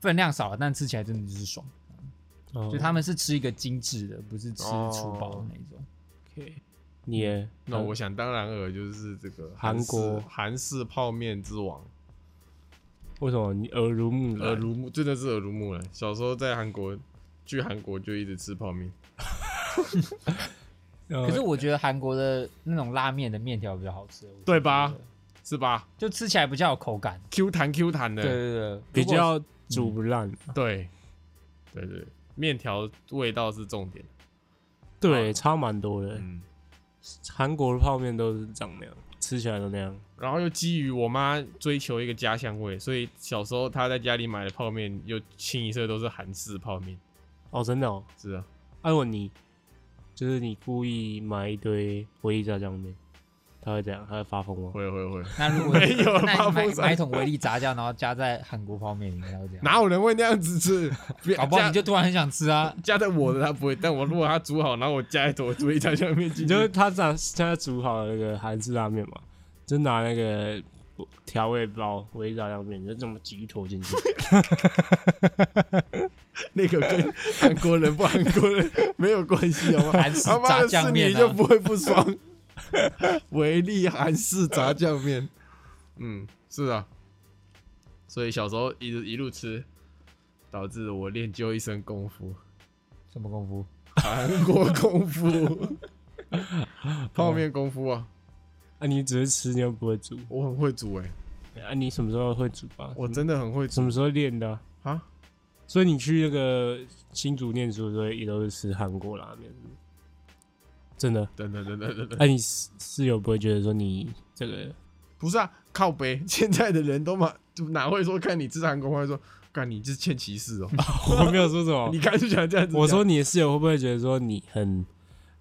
Speaker 4: 分量少了，但吃起来真的就是爽。
Speaker 3: 哦，
Speaker 4: 就他们是吃一个精致的，不是吃
Speaker 2: 哦
Speaker 4: 粗暴的那种。
Speaker 3: OK，你嗯耶
Speaker 2: 那我想当然尔就是这个
Speaker 3: 韩
Speaker 2: 式
Speaker 3: 国
Speaker 2: 韩式泡面之王，
Speaker 3: 为什么你耳濡目
Speaker 2: 耳
Speaker 3: 染？
Speaker 2: 濡目真的是耳濡目染。小时候在韩国，去韩国就一直吃泡面。
Speaker 3: 可
Speaker 4: 可是我觉得韩国的那种拉面的面条比较好吃，我
Speaker 2: 对吧
Speaker 4: 觉得？
Speaker 2: 是吧
Speaker 4: 就吃起来比较有口感。
Speaker 2: ？Q 弹 Q 弹的，
Speaker 4: 对对对，
Speaker 3: 比
Speaker 4: 如果
Speaker 3: 较煮不烂、
Speaker 2: 对对对，面条味道是重点。
Speaker 3: 对，差蛮多的。
Speaker 2: 嗯，
Speaker 3: 韩国的泡面都是长那样，吃起来都那样。
Speaker 2: 然后又基于我妈追求一个家乡味，所以小时候她在家里买的泡面，又清一色都是韩式泡面。
Speaker 3: 哦，真的哦。
Speaker 2: 是啊，
Speaker 3: 啊，如果你就是你故意买一堆回力炸酱面，他会怎样？他会发疯吗？
Speaker 2: 会会会，
Speaker 4: 那如果
Speaker 2: 没有
Speaker 4: 那
Speaker 2: 八
Speaker 4: 你
Speaker 2: 风
Speaker 4: 买买一
Speaker 2: 山，
Speaker 4: 桶维力炸酱，然后加在韩国泡面里面，然后这样，
Speaker 2: 哪有人会那样子吃？别
Speaker 4: 搞不好
Speaker 2: 加
Speaker 4: 你就突然很想吃啊。
Speaker 2: 加在我的他不会，但我如果他煮好，然后我加一坨煮一炸酱面进
Speaker 3: 你
Speaker 2: 去
Speaker 3: 就，是他长现在煮好了那个韩式拉面嘛，就拿那个调味包回力炸酱面，你就这么挤一坨进去。
Speaker 2: 那个跟韩国人不韩国人没有关系，好吗？
Speaker 4: 韩式
Speaker 2: 他妈
Speaker 4: 炸
Speaker 2: 的
Speaker 4: 酱
Speaker 2: 是
Speaker 4: 面
Speaker 2: 你
Speaker 4: 啊
Speaker 2: 就不会不爽。维力韩式炸酱面，嗯，是啊，所以小时候一直一路吃，导致我练就一身功夫，
Speaker 4: 什么功夫？
Speaker 2: 韩国 功夫，泡面功夫啊，
Speaker 3: 啊，你只是吃，你又不会煮。
Speaker 2: 我很会煮哎、
Speaker 3: 啊，你什么时候会煮啊？
Speaker 2: 我真的很会煮
Speaker 3: 什么时候练的啊、
Speaker 2: 啊。
Speaker 3: 所以你去那个新竹念书的时候，也都是吃韩国拉面，真的？
Speaker 2: 等等等等等等，
Speaker 3: 哎、你室室友不会觉得说你这个
Speaker 2: 不是啊，靠背，现在的人都嘛，就哪会说看你吃韩国饭会说，干你这是欠歧视哦、
Speaker 3: 我没有说什么
Speaker 2: 你，刚才就想这样子，
Speaker 3: 哦我说你的室友会不会觉得说你很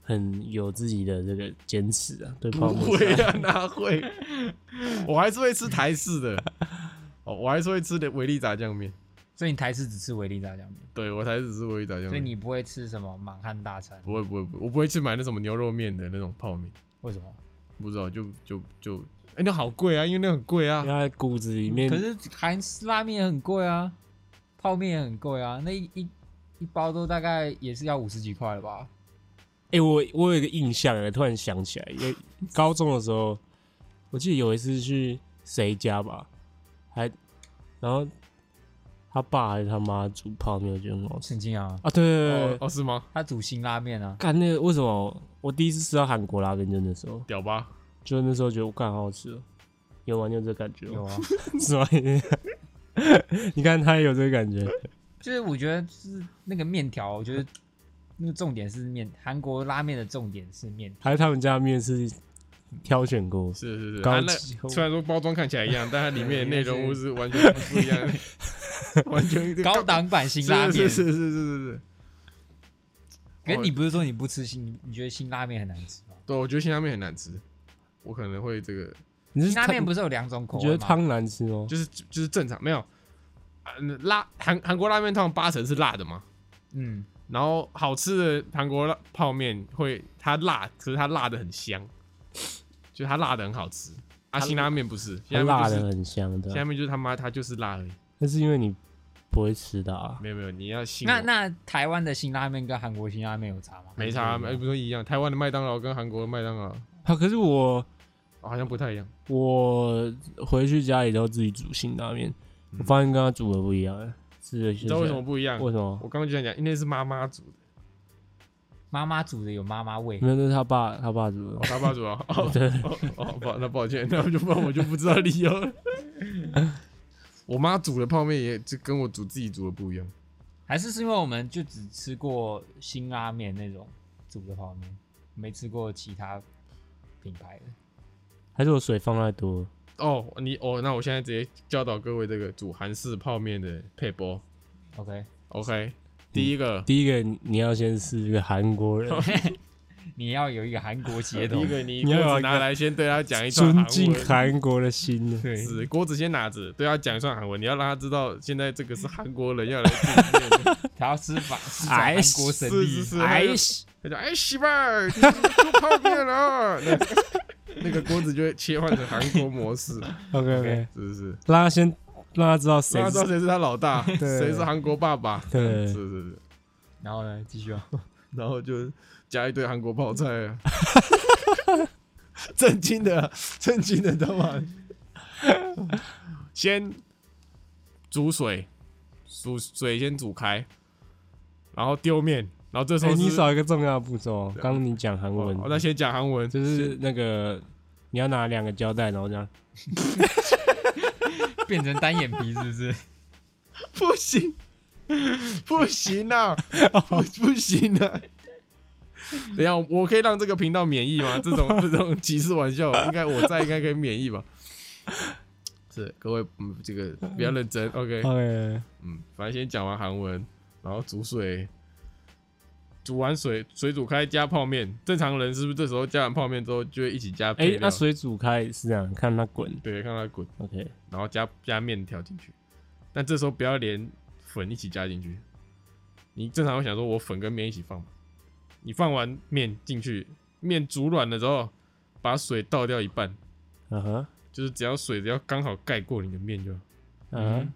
Speaker 3: 很有自己的这个坚持啊？对泡
Speaker 2: 不
Speaker 3: 面
Speaker 2: 会啊，哪会？我还是会吃台式的，哦，我还是会吃的维力炸酱面。
Speaker 4: 所以你台式只吃维力炸酱面，
Speaker 2: 对我台式只吃维力炸酱面，
Speaker 4: 所以你不会吃什么满汉大餐？
Speaker 2: 不会不会，不会我不会去买那什么牛肉面的那种泡面，
Speaker 4: 为什么？
Speaker 2: 不知道就就就，哎、那好贵啊，因为那很贵啊
Speaker 3: 因为。他骨子里面
Speaker 4: 可是韩式拉面也很贵啊，泡面也很贵啊，那一一一包都大概也是要五十几块了吧？
Speaker 3: 哎、我我有一个印象啊，突然想起来，因为高中的时候，我记得有一次去谁家吧，还然后他爸还是他妈煮泡面，我觉得很好吃
Speaker 4: 神经啊！
Speaker 3: 啊！对对对
Speaker 2: 哦
Speaker 3: 对，
Speaker 2: 哦，是吗？
Speaker 4: 他煮辛拉面啊，
Speaker 3: 干、那个为什么我第一次吃到韩国拉面就那时候，
Speaker 2: 屌吧？
Speaker 3: 就那时候觉得我干好好吃哦，有吗？你有这感觉
Speaker 4: 有
Speaker 3: 吗？
Speaker 4: 啊，
Speaker 3: 是吗？ 你看他也有这个感觉，
Speaker 4: 就是我觉得是那个面条，我觉得那个重点是面，韩国拉面的重点是面条。
Speaker 3: 还是他们家面是挑选过，
Speaker 2: 是是是，
Speaker 3: 高
Speaker 2: 它那
Speaker 3: 级哦
Speaker 2: 虽然说包装看起来一样，但它里面的内容物是完全不一样的，完全
Speaker 4: 高档版辛拉面，
Speaker 2: 是是是是是是。
Speaker 4: 可是
Speaker 2: 哦
Speaker 4: 你不是说你不吃辛，你你觉得辛拉面很难吃吗？
Speaker 2: 对，我觉得辛拉面很难吃，我可能会这个
Speaker 3: 你是
Speaker 4: 辛拉
Speaker 3: 汤
Speaker 4: 面不是有两种口
Speaker 3: 你
Speaker 4: 味
Speaker 3: 觉
Speaker 4: 吗？
Speaker 3: 得汤难吃吗？
Speaker 2: 就是就是正常没有，啊嗯辣韩韩国拉面汤八成是辣的嘛，
Speaker 4: 嗯，
Speaker 2: 然后好吃的韩国辣泡面会它辣，可是它辣的很香，就它辣的很好吃。啊，辛拉面不是，辛
Speaker 3: 它
Speaker 2: 拉
Speaker 3: 辣
Speaker 2: 面就
Speaker 3: 的
Speaker 2: 是
Speaker 3: 很香
Speaker 2: 辛
Speaker 3: 的
Speaker 2: 拉，面就是他妈它就是辣而已，
Speaker 3: 那是因为你不会吃到啊。
Speaker 2: 没有没有，你要信我
Speaker 4: 那那台湾的辛拉面跟韩国辛拉面有差吗？
Speaker 2: 没差，哎，不是一样，台湾的麦当劳跟韩国的麦当劳
Speaker 3: 啊，可是我
Speaker 2: 好像不太一样。
Speaker 3: 我回去家里都自己煮辛拉面，我发现跟他煮的不一样欸，吃的
Speaker 2: 你知道为什么？不一样？
Speaker 3: 为
Speaker 2: 我
Speaker 3: 什么？
Speaker 2: 刚刚就想讲，因为是妈妈煮的，
Speaker 4: 妈妈煮的有妈妈味
Speaker 3: 没，有，那是他爸他爸煮的
Speaker 2: 哦，。他爸煮啊。哦
Speaker 3: 对，
Speaker 2: 哦哦，抱那抱歉，那我就不然我就不知道理 由了。我妈煮的泡面也就跟我煮自己煮的不一样，
Speaker 4: 还是是因为我们就只吃过辛拉面那种煮的泡面，没吃过其他品牌的。
Speaker 3: 还是我水放太多了。
Speaker 2: 哦，你哦，那我现在直接教导各位这个煮韩式泡面的配播。
Speaker 4: OK，
Speaker 2: OK，第
Speaker 3: 嗯
Speaker 2: 一个，
Speaker 3: 第一个你你要先是一个韩国 人，
Speaker 4: 你要有一个韩国血
Speaker 2: 第
Speaker 4: 统
Speaker 2: 一，个你
Speaker 3: 你要有
Speaker 2: 锅
Speaker 3: 一
Speaker 2: 子
Speaker 3: 个
Speaker 2: 拿来先对他讲一串
Speaker 3: 尊
Speaker 2: 韩
Speaker 3: 敬
Speaker 2: 文。
Speaker 3: 韩国的心。
Speaker 4: 对，
Speaker 2: 是锅子先拿着，对他讲一串韩文，你要让他知道现在这个是韩国人要来煮面的，
Speaker 4: 他要吃法吃法
Speaker 3: 哎
Speaker 4: 韩国神
Speaker 2: 是是
Speaker 4: 力。
Speaker 2: 是，
Speaker 3: 哎
Speaker 2: 他就，他就哎媳妇儿，你怎么煮泡面了， 那那个锅子就会切换成韩国模式，
Speaker 3: OK OK，
Speaker 2: 是不是？
Speaker 3: 让他先让他知道谁
Speaker 2: 谁知道
Speaker 3: 是
Speaker 2: 谁是他 老大，
Speaker 3: 对
Speaker 2: 谁是韩国爸爸？
Speaker 3: 对
Speaker 2: 是是是，
Speaker 4: 然后呢，继续啊，
Speaker 2: 然后就加一堆韩国泡菜 啊，震惊的啊，震惊的，知道吗？先煮水，煮水先煮开，然后丢面，然后这时
Speaker 3: 哎
Speaker 2: 候
Speaker 3: 你
Speaker 2: 是
Speaker 3: 少一个重要的步骤，哦刚刚你讲韩文
Speaker 2: 哦，那先讲韩文，
Speaker 3: 就是那个你要拿两个胶带，然后这样
Speaker 4: 变成单眼皮是不是？
Speaker 2: 不行，不行 啊，不不行啊！等一下，我可以让这个频道免疫吗？这 种这种歧视玩笑，应该我在应该可以免疫吧？是各位，嗯，这个比较认 真，OK，
Speaker 3: ，OK，
Speaker 2: 嗯，反正先讲完韩文，然后煮水，煮完水，水煮开加泡面。正常人是不是这时候加完泡面之后就会一起加配
Speaker 3: 哎，
Speaker 2: 料？
Speaker 3: 那水煮开是这样，看它滚
Speaker 2: 对，看它滚，
Speaker 3: ，OK，
Speaker 2: 然后加加面条进去，但这时候不要连粉一起加进去。你正常会想说，我粉跟面一起放嘛你放完面进去，面煮软的时候，把水倒掉一半，
Speaker 3: 嗯哼，
Speaker 2: 就是只要水只要刚好盖过你的面就好，
Speaker 3: 嗯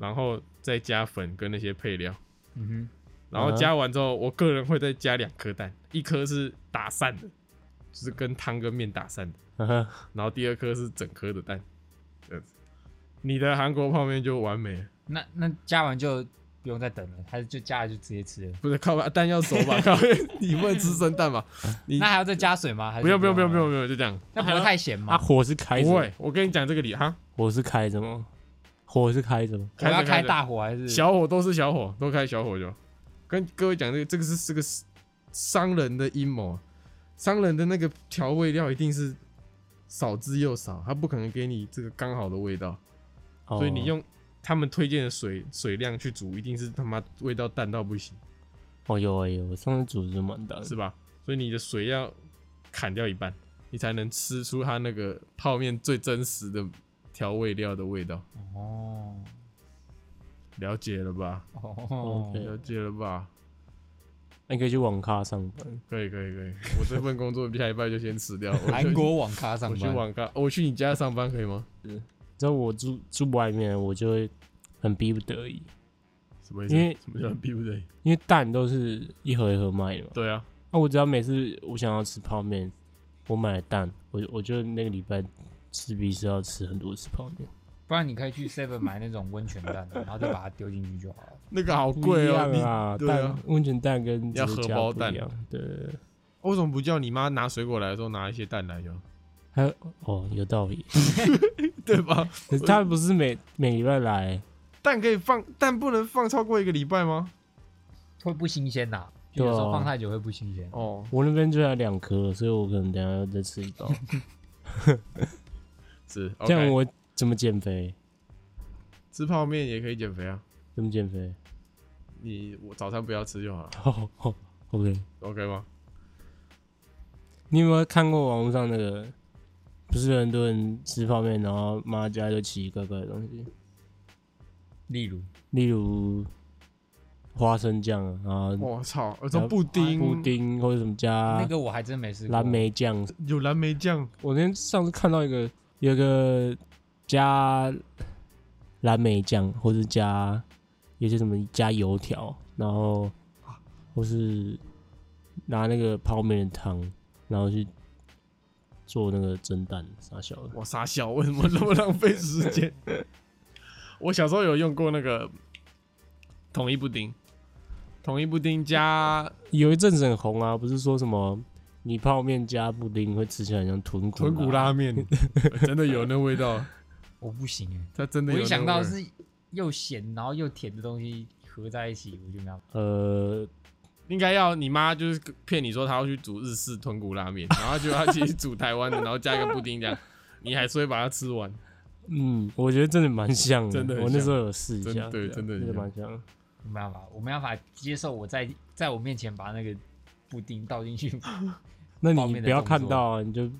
Speaker 2: 然后再加粉跟那些配料，
Speaker 4: 嗯
Speaker 2: 然后加完之后，我个人会再加两颗蛋，一颗是打散的，就是跟汤跟面打散的，
Speaker 3: 哼，嗯哼，
Speaker 2: 然后第二颗是整颗的蛋，这样子，你的韩国泡面就完美了。
Speaker 4: 哼，那那加完就不用再等了，还是就加了就直接吃了？
Speaker 2: 不是靠吧，蛋要熟吧？靠，你不能吃生蛋吧？你
Speaker 4: 那还要再加水吗？还是
Speaker 2: 不用不用不用
Speaker 4: 啊
Speaker 2: 不用不用，就这样。
Speaker 4: 那不会太咸
Speaker 3: 啊
Speaker 4: 吗？
Speaker 3: 火是开
Speaker 2: 嗯不
Speaker 3: 着，
Speaker 2: 会，我跟你讲这个理哈，
Speaker 3: 火是开着吗？火是开着吗？
Speaker 4: 我要
Speaker 2: 着
Speaker 4: 开
Speaker 2: 着
Speaker 4: 大火还是？
Speaker 2: 小火都是小火，都开小火就好。跟各位讲这个，这个是这个是商人的阴谋，商人的那个调味料一定是少之又少，他不可能给你这个刚好的味道，
Speaker 3: 哦
Speaker 2: 所以你用他们推荐的水水量去煮，一定是他妈味道淡到不行，
Speaker 3: 哦有哎有，我上次煮是蛮大的，
Speaker 2: 是吧？所以你的水要砍掉一半，你才能吃出它那个泡面最真实的调味料的味道。
Speaker 4: 哦
Speaker 2: 了解了吧？
Speaker 4: 哦
Speaker 3: OK 对
Speaker 2: 了解了吧？
Speaker 3: 那你可以去网咖上班，
Speaker 2: 可以可以可以，我这份工作下一拜就先辞掉。我就
Speaker 4: 韩，国网咖上
Speaker 2: 我去
Speaker 4: 班，
Speaker 2: 网咖，哦我去你家上班可以吗？
Speaker 3: 只要我住住外面，我就会很逼不得已，
Speaker 2: 什么意思？
Speaker 3: 因为
Speaker 2: 什么叫逼不得已？
Speaker 3: 因为蛋都是一盒一盒卖的嘛。
Speaker 2: 对啊，
Speaker 3: 那、我只要每次我想要吃泡面，我买了蛋，我我就那个礼拜势必是要吃很多次泡面。
Speaker 4: 不然你可以去 Seven 买那种温泉 蛋，啊然后再把它丢进去就好了。
Speaker 2: 那个好
Speaker 3: 不
Speaker 2: 贵
Speaker 3: 一
Speaker 2: 哦、
Speaker 3: 样
Speaker 2: 你
Speaker 3: 啊，
Speaker 2: 对
Speaker 3: 蛋
Speaker 2: 啊
Speaker 3: 温泉蛋跟
Speaker 2: 要
Speaker 3: 直接
Speaker 2: 荷
Speaker 3: 加
Speaker 2: 包
Speaker 3: 不
Speaker 2: 蛋
Speaker 3: 一样。对对，对
Speaker 2: 为什么不叫你妈拿水果来的时候拿一些蛋来 就好？
Speaker 3: 还有哦，有道理。
Speaker 2: 对吧？
Speaker 3: 可是他不是每每礼拜来，
Speaker 2: 蛋可以放，蛋不能放超过一个礼拜吗？
Speaker 4: 会不新鲜呐、就
Speaker 3: 对啊
Speaker 4: 有时候放太久会不新鲜。
Speaker 2: 哦，
Speaker 3: 我那边就要两颗，所以我可能等一下要再吃一 包。
Speaker 2: 是
Speaker 3: 这样
Speaker 2: OK
Speaker 3: 我怎么减肥？
Speaker 2: 吃泡面也可以减肥啊。
Speaker 3: 怎么减肥？
Speaker 2: 你我早餐不要吃就好了
Speaker 3: 哦哦，OK。
Speaker 2: ，OK 吗？
Speaker 3: 你有没有看过网络上那个，不是很多人吃泡面，然后妈家就奇奇怪怪的东西？
Speaker 4: 例如，
Speaker 3: 例如花生酱啊，然
Speaker 4: 嗯
Speaker 3: 后
Speaker 2: 我操，我
Speaker 4: 哎
Speaker 2: 从布丁，
Speaker 3: 布丁或者什么
Speaker 4: 那
Speaker 2: 啊
Speaker 3: 加
Speaker 4: 个我还真没试过。
Speaker 3: 蓝莓酱。
Speaker 2: 有蓝莓酱，
Speaker 3: 我那天上次看到一个有一个加蓝莓酱或者加有些什么加油条，然后或是拿那个泡面的汤，然后去做那个蒸蛋啥小的。
Speaker 2: 我傻笑，为什么 那么浪费 时间？我小时候有用过那个统一布丁，统一布丁加
Speaker 3: 有一阵子很红啊，不是说什么你泡面加布丁会吃起来很像豚骨
Speaker 2: 豚骨 拉面，真的有那味道，
Speaker 4: 我不行哎、
Speaker 2: 它真的有
Speaker 4: 我
Speaker 2: 那味。
Speaker 4: 一想到是又咸然后又甜的东西合在一起，我就没有。
Speaker 3: 呃，
Speaker 2: 应该要你妈就是骗你说她要去煮日式豚骨拉面，然后就她其实煮台湾的，然后加一个布丁这样，你还是会把它吃完。
Speaker 3: 嗯，我觉得真的蛮像的，
Speaker 2: 真的很
Speaker 3: 我那
Speaker 2: 像
Speaker 3: 时候有试一
Speaker 2: 真
Speaker 3: 下，
Speaker 2: 对
Speaker 3: 啊
Speaker 2: 真的很
Speaker 3: 真的
Speaker 2: 像
Speaker 3: 蛮像。
Speaker 4: 我没办法，我没办法接受我在在我面前把那个布丁倒进去。
Speaker 3: 那
Speaker 4: 泡
Speaker 3: 你
Speaker 4: 面的
Speaker 3: 不要
Speaker 4: 动
Speaker 3: 看
Speaker 4: 作
Speaker 3: 到啊，你就不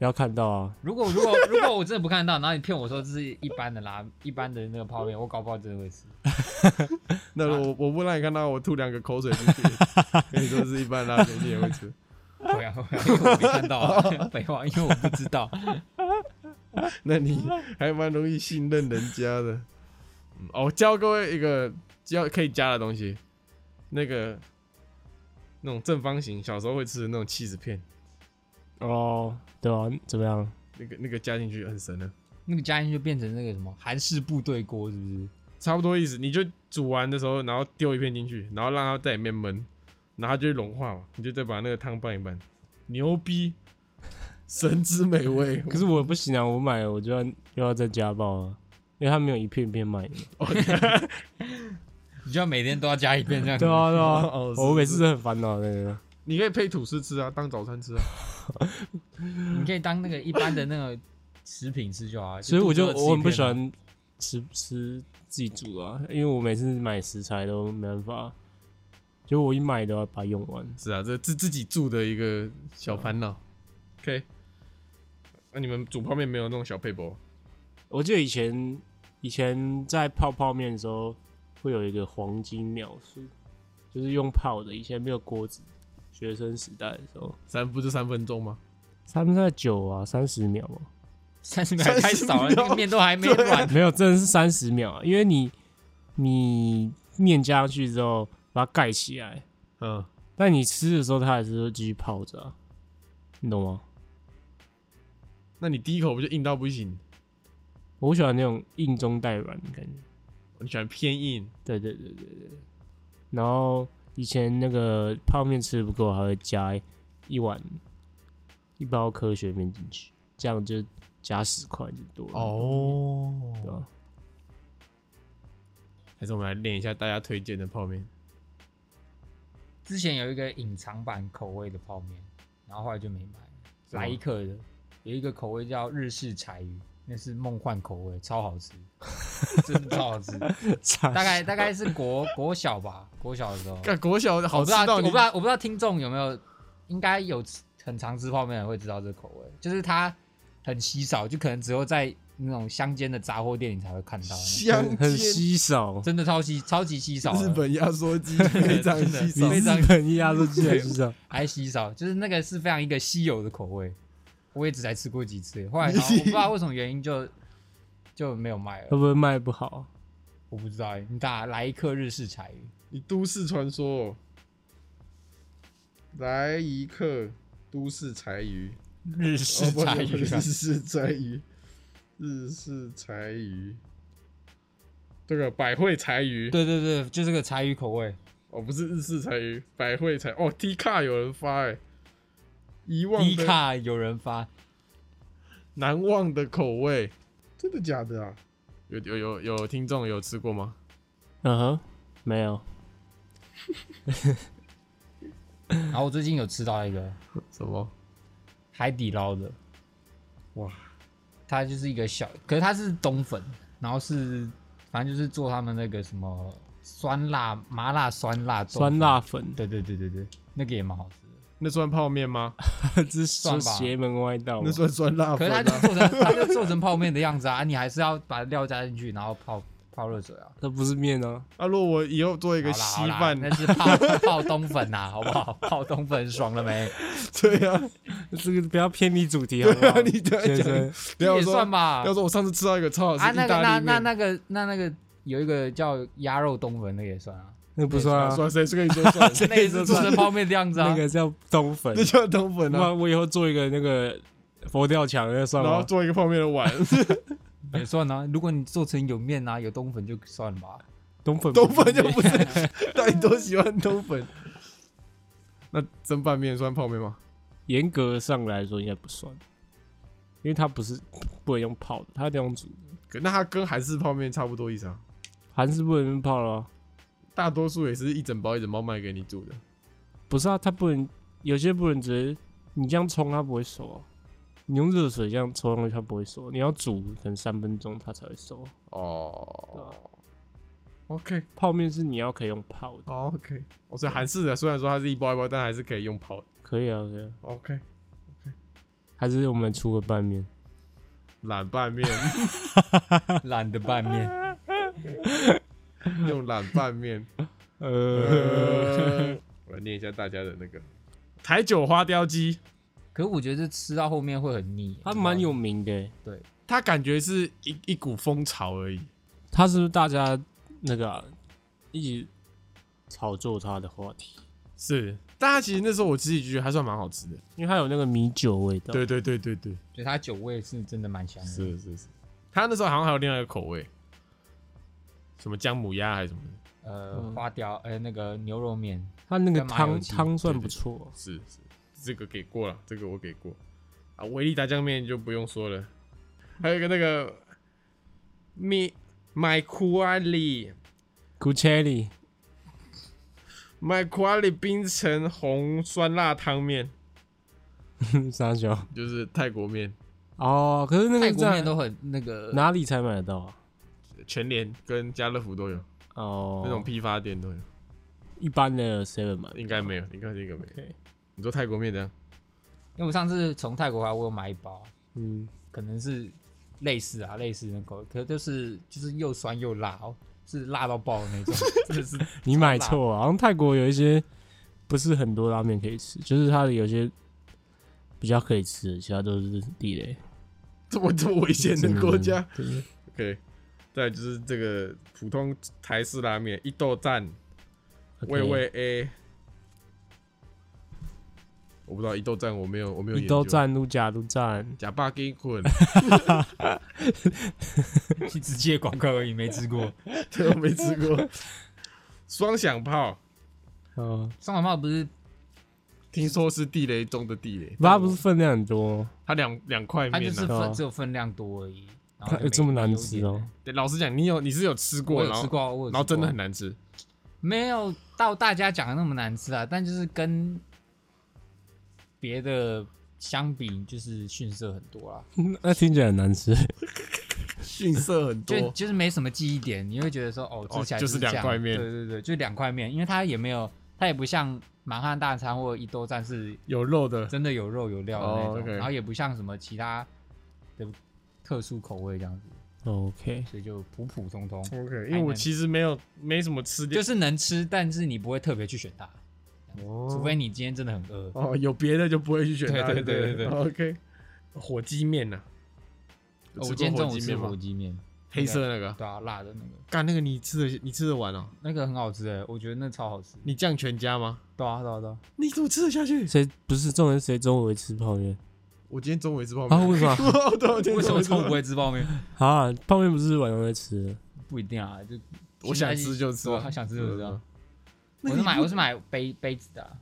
Speaker 3: 要看到啊，
Speaker 4: 如果如果如果我真的不看到，然后你骗我说这是一般的拉一般的那个泡面，我搞不好真的会吃。
Speaker 2: 那我我不让你看到我吐两个口水进 去，跟你说是一般拉面你也会 吃，
Speaker 4: 对啊，因为我没看到啊， 废话，因为我不知道。
Speaker 2: 那你 还蛮容易信任人家的。嗯哦，我教各位一个教可以加的东西，那个那种正方形，小时候会吃的那种 cheese 片，
Speaker 3: 哦，对啊，怎么样？
Speaker 2: 那个那个加进去很神的，
Speaker 4: 那个加进去就变成那个什么韩式部队锅，是不是？
Speaker 2: 差不多意思。你就煮完的时候，然后丢一片进去，然后让它在里面焖，然后它就会融化嘛，你就再把那个汤拌一拌，牛逼，神之美 味。
Speaker 3: 可是我不行啊，我买了我就要又要再家暴啊，因为他没有一片一片卖的。
Speaker 4: 你就要每天都要加一遍这 样。
Speaker 3: 对啊，对啊，
Speaker 2: 哦是
Speaker 3: 我每次都很烦恼的。
Speaker 2: 你可以配吐司吃啊，当早餐吃啊。
Speaker 4: 你可以当那个一般的那个食品吃就好啊。
Speaker 3: 所以我就
Speaker 4: 肚子饿吃一
Speaker 3: 我很不
Speaker 4: 片
Speaker 3: 喜
Speaker 4: 啊。
Speaker 3: 欢吃吃自己煮啊，因为我每次买食材都没办法，就我一买都要把它用完。
Speaker 2: 是啊，这自自己住的一个小烦恼。OK，那、你们煮泡面没有那种小配博？
Speaker 3: 我记得以前以前在泡泡面的时候，会有一个黄金秒数，就是用泡的。以前没有锅子，学生时代的时候，
Speaker 2: 三不是三分钟吗？
Speaker 3: 他们在九啊三十秒嘛，
Speaker 4: 三十秒太少了，
Speaker 2: 30秒
Speaker 4: 那个面都还没软。
Speaker 3: 没有，真的是三十秒啊，因为你你面加上去之后，把它盖起来，
Speaker 2: 嗯，
Speaker 3: 但你吃的时候它还是会继续泡着、啊，你懂吗？
Speaker 2: 那你第一口不就硬到不行？
Speaker 3: 我喜欢那种硬中带软的感觉。
Speaker 2: 你喜欢偏硬？
Speaker 3: 对对对对对。然后以前那个泡面吃不够，还会加一碗一包科学面进去，这样就加十块就多了。， 对
Speaker 2: 哦，
Speaker 3: 吧？
Speaker 2: 还是我们来练一下大家推荐的泡面。
Speaker 4: 之前有一个隐藏版口味的泡面，然后后来就没买了。
Speaker 2: 什么
Speaker 4: 来一克的有一个口味叫日式柴鱼，那是梦幻口味，超好吃，真的超好 吃。大概大概是国国小吧，国小的时候，
Speaker 2: 干国小
Speaker 4: 我
Speaker 2: 好
Speaker 4: 不知
Speaker 2: 吃
Speaker 4: 道
Speaker 2: 到
Speaker 4: 我
Speaker 2: 你
Speaker 4: 不知道我不知道听众有没有，应该有吃很常吃泡面的人会知道这个口味，就是它很稀少，就可能只有在那种乡间的杂货店你才会看到，
Speaker 2: 香
Speaker 3: 很
Speaker 2: 煎
Speaker 3: 稀少，
Speaker 4: 真的超稀超级稀少的，
Speaker 2: 日本压缩机非常
Speaker 4: 真的
Speaker 2: 稀少
Speaker 3: 比。
Speaker 4: 非
Speaker 3: 日
Speaker 4: 常
Speaker 3: 本压缩机还稀少。
Speaker 4: 还稀少，就是那个是非常一个稀有的口味，我也只才吃过几次，后来好哦像我不知道为什么原因就就没有
Speaker 3: 会
Speaker 4: 卖了，
Speaker 3: 不会卖不好？
Speaker 4: 我不知道欸，你打来一克日式柴鱼，
Speaker 2: 你都市传说哦、来一克都市柴鱼。
Speaker 4: 日式
Speaker 2: 哦不
Speaker 4: 柴鱼啊
Speaker 2: 日，式柴鱼，日式柴鱼，这个百汇柴鱼，
Speaker 4: 对对对，就这个柴鱼口味，
Speaker 2: 哦，不是日式柴鱼，百汇柴，哦，T 卡有人发哎、遗忘
Speaker 4: 低
Speaker 2: 的
Speaker 4: 卡有人发，
Speaker 2: 难忘的口味，真的假的啊？有有有有听众有吃过吗？
Speaker 3: 嗯哼，没有。
Speaker 4: 然后我最近有吃到一个
Speaker 2: 什么？
Speaker 4: 海底捞的，
Speaker 2: 哇，
Speaker 4: 它就是一个小，可是它是冬粉，然后是反正就是做他们那个什么酸辣麻辣酸辣粽
Speaker 3: 酸辣，粉，
Speaker 4: 对对对对对，那个也蛮好吃的。
Speaker 2: 那算泡面吗？
Speaker 3: 这是说
Speaker 4: 算吧
Speaker 3: 邪门歪道吗
Speaker 2: 那。算酸辣
Speaker 4: 可
Speaker 2: 粉
Speaker 4: 是它就
Speaker 2: 啊？
Speaker 4: 做成，它就做成泡面的样子啊！你还是要把料加进去，然后泡泡热水啊。
Speaker 3: 那不是面啊，
Speaker 2: 啊，如果我以后做一
Speaker 4: 一
Speaker 2: 个稀饭，
Speaker 4: 那是泡泡冬粉呐、啊，好不好？ 泡冬粉爽了没？
Speaker 2: 对啊，
Speaker 3: 这个不要偏离主题好不 好？
Speaker 2: 对啊你这样
Speaker 3: 先
Speaker 2: 讲
Speaker 3: 生
Speaker 2: 不要
Speaker 4: 也
Speaker 2: 说
Speaker 4: 算吧
Speaker 2: 要。说我上次吃到一个超好吃
Speaker 4: 啊，
Speaker 2: 意
Speaker 4: 那
Speaker 2: 大
Speaker 4: 个那
Speaker 2: 利
Speaker 4: 那
Speaker 2: 面，
Speaker 4: 那个那那个有一个叫鸭肉冬粉，那个也算 啊，
Speaker 3: 那不算啊，？
Speaker 2: 算谁谁跟你说算
Speaker 3: 这
Speaker 4: 那也是做成泡面的样子啊
Speaker 3: 那。个叫冬粉
Speaker 2: 那。叫冬粉
Speaker 3: 那
Speaker 2: 啊，
Speaker 3: 我以后做一个那个佛跳墙，那算
Speaker 2: 然后
Speaker 3: 吗？
Speaker 2: 做一个泡面的 碗，
Speaker 4: 也算啊。如果你做成有面啊，有冬粉就算了吧。
Speaker 3: 冬粉，
Speaker 2: 冬粉就不是，到底多喜欢冬粉？ 那蒸拌面算泡面吗？
Speaker 3: 严格上来说应该不算，因为它不是不能用泡的，它得用煮的。
Speaker 2: 可那它跟韩式泡面差不多意思啊，
Speaker 3: 韩式不能用泡了啊、
Speaker 2: 大多数也是一整包一整包卖给你煮的。
Speaker 3: 不是啊，它不能有些不能直接你这样冲它不会熟、啊，你用热水这样冲上去它不会熟，哦你要煮可能三分钟它才会熟。
Speaker 2: 哦，OK，
Speaker 3: 泡面是你要可以用泡的，
Speaker 2: 好 OK，哦，所以韩式的虽然说它是一包一包，但还是可以用泡的。
Speaker 3: 可以啊，可以啊。
Speaker 2: OK，
Speaker 3: 还是我们出个拌面，
Speaker 2: 懒拌面，
Speaker 4: 懒得拌面，
Speaker 2: 用懒拌 面。
Speaker 3: 呃，
Speaker 2: 呃，我来念一下大家的那个台酒花雕鸡，
Speaker 4: 可是我觉得这吃到后面会很腻。
Speaker 3: 它蛮有名的欸、
Speaker 2: 它感觉是一一股风潮而已。
Speaker 3: 它是不是大家那个啊、一起炒作它的话题？
Speaker 2: 是，但它其实那时候我自己觉得还算蛮好吃的。
Speaker 3: 因为它有那个米酒味道。
Speaker 2: 对对对对对，
Speaker 4: 所以它酒味是真的蛮香的。
Speaker 2: 是是是。它那时候好像还有另外一个口味，什么姜母鸭还是什么的。
Speaker 4: 呃，
Speaker 3: 嗯
Speaker 4: 花雕，呃，那个牛肉面，
Speaker 3: 它那个
Speaker 4: 跟麻油
Speaker 3: 汤
Speaker 4: 鸡
Speaker 3: 汤算不错啊、
Speaker 2: 是是，这个给过了，这个我给过。啊，维力炸酱面就不用说了，还有一个那个米买库阿里
Speaker 3: g u c c i l i
Speaker 2: 买库阿里冰城红酸辣汤面，
Speaker 3: 傻小
Speaker 2: 就是泰国面，
Speaker 3: 哦，可是那
Speaker 4: 泰
Speaker 3: 个
Speaker 4: 国面
Speaker 3: 在
Speaker 4: 都很那个。
Speaker 3: 哪里才买得到啊？
Speaker 2: 全联跟家乐福都有，
Speaker 3: 哦，
Speaker 2: 那种批发店都有，
Speaker 3: 一般的 Seven 买
Speaker 2: 应该没有，应该这个没有。
Speaker 3: OK
Speaker 2: 你说泰国面的啊，
Speaker 4: 因为我上次从泰国回来，我有买一包，
Speaker 3: 嗯，
Speaker 4: 可能是类似啊，类似那口味，可就是就是又酸又辣哦，是辣到爆的那种， 真的是
Speaker 3: 你买错了，好像泰国有一些不是很多拉面可以吃，就是它的有些比较可以吃的，其他都是地雷。
Speaker 2: 这么这么危险的国家。
Speaker 3: 真的，
Speaker 4: 嗯
Speaker 2: OK，再来就是这个普通台式拉面，一豆站
Speaker 3: 对
Speaker 2: 味味 A。我不知道一豆站我没有我没有
Speaker 3: 一
Speaker 2: 研
Speaker 3: 都
Speaker 2: 究。
Speaker 3: 站路假都站，
Speaker 2: 假巴给 滚，
Speaker 4: 直接广告而已，没吃 过。
Speaker 2: 对我没吃过。双响炮，哦
Speaker 3: 嗯，
Speaker 4: 双黄泡不是
Speaker 2: 听说是地雷中的地雷，
Speaker 3: 它不是分量很多，哦
Speaker 2: 它两两块
Speaker 4: 它就
Speaker 2: 面
Speaker 4: 是
Speaker 2: 呢、
Speaker 3: 对啊
Speaker 4: 分只有分量多而已，然
Speaker 3: 它
Speaker 4: 后就没
Speaker 3: 这么难吃哦。
Speaker 2: 对老实讲，你有你是有吃
Speaker 4: 没有
Speaker 2: 过，
Speaker 4: 一点。我有
Speaker 2: 然后
Speaker 4: 吃过，啊我有吃过
Speaker 2: 然后真的很难吃。
Speaker 4: 没有到大家讲的那么难吃啊，但就是跟别的相比，就是逊色很多啦。
Speaker 3: 那听起来很难吃。
Speaker 2: 逊色很
Speaker 4: 就，就是没什么记忆点，你会觉得说哦，
Speaker 2: 哦
Speaker 4: 吃起来
Speaker 2: 就是
Speaker 4: 这样
Speaker 2: 两块面
Speaker 4: 对对对，就两块面，因为它也没有，它也不像满汉大餐或一兜站是
Speaker 2: 有肉的，
Speaker 4: 真的有肉有料的那种，
Speaker 2: 哦，OK
Speaker 4: 然后也不像什么其他的特殊口味这样 子，
Speaker 3: OK，
Speaker 4: 所以就普普通通，
Speaker 2: OK，因为我其实没有没什么吃
Speaker 4: 就
Speaker 2: 的，
Speaker 4: 是能吃，但是你不会特别去选它，除
Speaker 2: 除
Speaker 4: 非你今天真的很饿。
Speaker 2: 哦有别的就不会去选它。
Speaker 4: 对对
Speaker 2: 对
Speaker 4: 对对对
Speaker 2: 哦，OK，火鸡面呐，有
Speaker 4: 哦我
Speaker 2: 吃
Speaker 4: 今天
Speaker 2: 过
Speaker 4: 中
Speaker 2: 火
Speaker 4: 午
Speaker 2: 鸡
Speaker 4: 吃
Speaker 2: 面
Speaker 4: 火
Speaker 2: 吗？
Speaker 4: 鸡面，
Speaker 2: 黑色的那个，
Speaker 4: 对啊，辣的那个，
Speaker 2: 干那个你吃的你吃得完哦？
Speaker 4: 那个很好吃哎，我觉得那超好吃。
Speaker 2: 你酱全家吗？
Speaker 4: 对啊对啊对啊，
Speaker 2: 你怎么吃得下去？
Speaker 3: 谁不是重点？谁中午会吃泡面
Speaker 2: 我今天中午也吃泡
Speaker 3: 啊？
Speaker 2: 面。
Speaker 3: 为什 么
Speaker 2: 对， 我今天
Speaker 4: 为什
Speaker 2: 中午
Speaker 4: 么
Speaker 2: 也吃
Speaker 4: 中午
Speaker 2: 泡
Speaker 4: 不会
Speaker 2: 面
Speaker 4: 吃泡面？
Speaker 3: 啊？泡面不是晚上会吃的？
Speaker 4: 不一定啊，就
Speaker 2: 我想吃就吃啊嗯
Speaker 4: 对啊想吃就吃啊。
Speaker 2: 那
Speaker 4: 我
Speaker 2: 你
Speaker 4: 是买
Speaker 2: 不
Speaker 4: 我是买杯杯子的啊、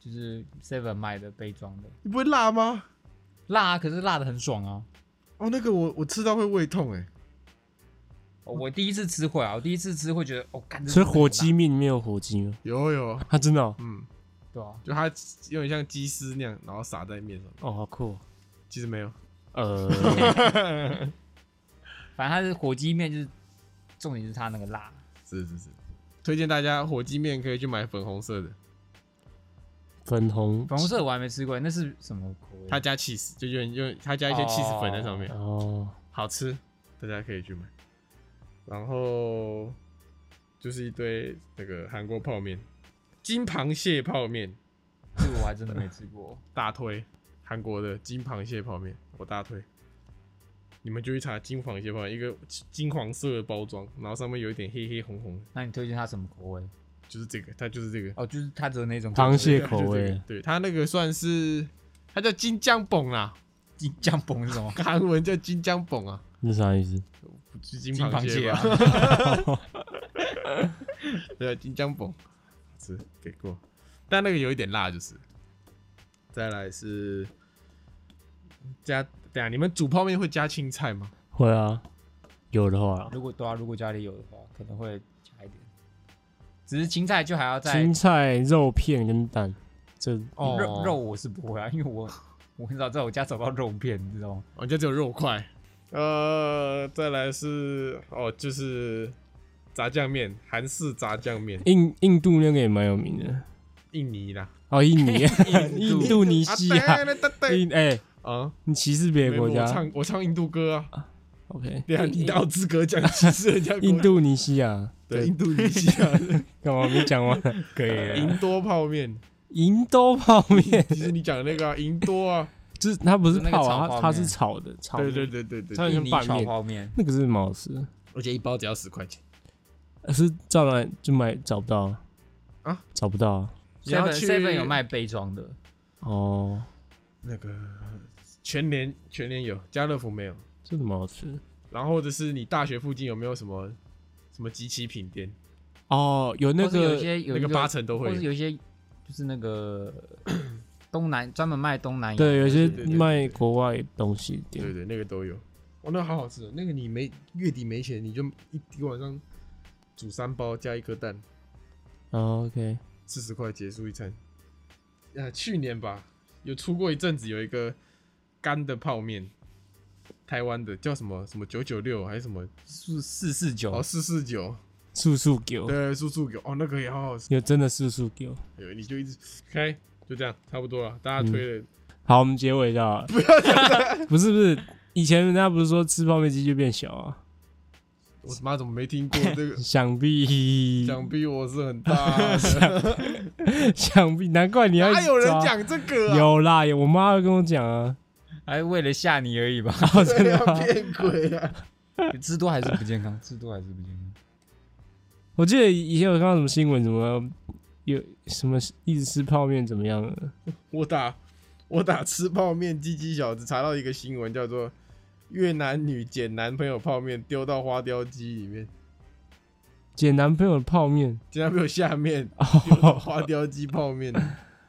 Speaker 4: 就是 Seven 卖的杯装的，
Speaker 2: 你不会辣吗？
Speaker 4: 辣、啊、可是辣的很爽啊！
Speaker 2: 哦，那个我我吃到会胃痛哎。
Speaker 4: 哦我第一次吃会啊，我第一次吃会觉得哦，干，这
Speaker 3: 所以
Speaker 4: 真的
Speaker 3: 火
Speaker 4: 很
Speaker 3: 鸡
Speaker 4: 辣
Speaker 3: 面里面有火鸡吗？
Speaker 2: 有有，
Speaker 3: 啊，真的哦，
Speaker 2: 嗯，
Speaker 4: 对啊，
Speaker 2: 就它有点像鸡丝那样，然后撒在面上。
Speaker 3: 哦好酷哦。
Speaker 2: 其实没有，
Speaker 3: 呃，
Speaker 4: 反正它是火鸡面，就是重点是它那个辣，
Speaker 2: 是是是，推荐大家火鸡面可以去买粉红色的，
Speaker 3: 粉红
Speaker 4: 粉红色我还没吃过，那是什么口味？
Speaker 2: 它加 cheese，就用用它加一些
Speaker 4: 哦
Speaker 2: cheese 粉在上面，
Speaker 3: 哦，
Speaker 2: 好吃，大家可以去买。然后就是一堆那个韩国泡面，金螃蟹泡面
Speaker 4: 这个我还真的没吃过，
Speaker 2: 大推，韩国的金螃蟹泡面我大推。你们就去查金黄蟹泡饭，一个金黄色的包装，然后上面有一点黑黑红红的，
Speaker 4: 那你推荐它什么口味？
Speaker 2: 就是这个，它就是这个
Speaker 4: 哦，就是它只有那种
Speaker 3: 螃蟹
Speaker 2: 对它
Speaker 3: 口
Speaker 2: 就是这个
Speaker 3: 味
Speaker 2: 对它那个算是，它叫金江蹦啦，？
Speaker 4: 金酱崩是什么
Speaker 2: 韩文叫金江蹦啊，
Speaker 3: 那啥意思？
Speaker 2: 是金
Speaker 4: 金
Speaker 2: 螃
Speaker 4: 螃
Speaker 2: 蟹
Speaker 4: 蟹
Speaker 2: 吧
Speaker 4: 啊？
Speaker 2: 对，啊金江蹦，吃给过，但那个有一点辣，就是。再来是加，等一下你们煮泡面会加青菜吗？
Speaker 3: 会啊，有的话，
Speaker 4: 如果对啊，如果家里有的话，可能会加一点。只是青菜就还要再
Speaker 3: 青菜、哦肉片跟蛋，这
Speaker 4: 肉肉，我是不会啊，因为我 我很少在我家找到肉片，你知道吗？
Speaker 2: 我哦家只有肉块。呃，再来是哦，就是炸酱面，韩式炸酱面，
Speaker 3: 印印度那个也蛮有名的。
Speaker 2: 印尼啦，
Speaker 3: 哦，印尼， 印度尼
Speaker 2: 啊
Speaker 3: 西亚，
Speaker 2: 对对对
Speaker 3: 印哎，
Speaker 2: 啊，
Speaker 3: 你歧视别
Speaker 2: 没
Speaker 3: 的
Speaker 2: 有
Speaker 3: 国
Speaker 2: 我
Speaker 3: 家
Speaker 2: 唱我唱印度歌啊，
Speaker 3: ？OK，
Speaker 2: 对啊，你哪有资格讲歧视人家国家
Speaker 3: 印度尼西亚，
Speaker 2: 对印度尼西亚
Speaker 3: 干嘛没讲完？
Speaker 4: 可以
Speaker 2: 银多泡面，
Speaker 3: 银都泡面，
Speaker 2: 其实你讲的那个啊银、多 啊，
Speaker 3: 就是它不是
Speaker 4: 就是那个
Speaker 3: 泡啊，
Speaker 4: 炒泡
Speaker 3: 它
Speaker 4: 面
Speaker 3: 它是炒的，炒
Speaker 2: 对
Speaker 3: 的
Speaker 2: 对对对对，
Speaker 3: 它很像
Speaker 4: 泥
Speaker 3: 拌
Speaker 4: 炒
Speaker 3: 面，
Speaker 4: 泡面，
Speaker 3: 那个是蛮好吃的，
Speaker 2: 而且一包只要十块钱，
Speaker 3: 呃是照来就买找不到
Speaker 2: 啊，
Speaker 3: 找不到啊
Speaker 2: 你要
Speaker 4: seven
Speaker 2: 去
Speaker 4: seven 有卖杯装的，
Speaker 3: 哦，
Speaker 2: 那个全年全年有，家乐福没有，
Speaker 3: 这个蛮好吃的
Speaker 2: 然后或者是你大学附近有没有什么什么集齐品店，
Speaker 3: 哦，有那
Speaker 4: 或是有一
Speaker 3: 个
Speaker 4: 些有
Speaker 2: 那
Speaker 4: 一
Speaker 2: 个八成都
Speaker 4: 或
Speaker 2: 会
Speaker 4: 是
Speaker 2: 有，
Speaker 4: 有一些就是那个 东南专门卖东南亚，
Speaker 3: 对，有一些
Speaker 2: 对对对
Speaker 3: 卖国外东西的
Speaker 2: 对
Speaker 3: 店，
Speaker 2: 对，那个都有，哦，那好好吃，哦，那个你没月底没钱，你就一一晚上煮三包加一颗蛋，
Speaker 3: 哦 OK，
Speaker 2: 四十块结束一餐，啊，去年吧有出过一阵子有一个干的泡面。台湾的叫什么什么九九六还是什么
Speaker 4: 四四四
Speaker 2: 哦，
Speaker 4: 九，
Speaker 2: 四四九，
Speaker 3: 素素狗，
Speaker 2: 对，素素狗，哦，那个也好好吃，
Speaker 3: 有真的素素狗。
Speaker 2: 有你就一直开，就这样，差不多了，大家
Speaker 3: 嗯
Speaker 2: 推了，
Speaker 3: 好，我们结尾一下好了，不要 不是不是，以前人家不是说吃泡面机就变小啊，？
Speaker 2: 我他妈怎么没听过这 个
Speaker 3: 想必
Speaker 2: 想必我是 很大的，
Speaker 3: 想必难怪你要一
Speaker 2: 哪
Speaker 3: 直
Speaker 2: 有人
Speaker 3: 抓
Speaker 2: 讲这个啊？
Speaker 3: 有啦，有我妈会跟我讲啊，
Speaker 4: 还为了吓你而已吧？
Speaker 3: 哦真
Speaker 2: 对
Speaker 3: 的
Speaker 2: 啊，
Speaker 3: 吗？
Speaker 2: 骗鬼啊！
Speaker 4: 吃多还是不健康，吃多还是不健康。
Speaker 3: 我记得以前有看到什么新闻，什么有什么一直吃泡面怎么样的？
Speaker 2: 我打我打吃泡面鸡鸡小子，查到一个新闻叫做越南女捡男朋友泡面丢到花雕鸡里面，
Speaker 3: 捡男朋友的泡面，
Speaker 2: 捡男朋友下面丢到
Speaker 3: 哦，
Speaker 2: 花雕鸡泡面。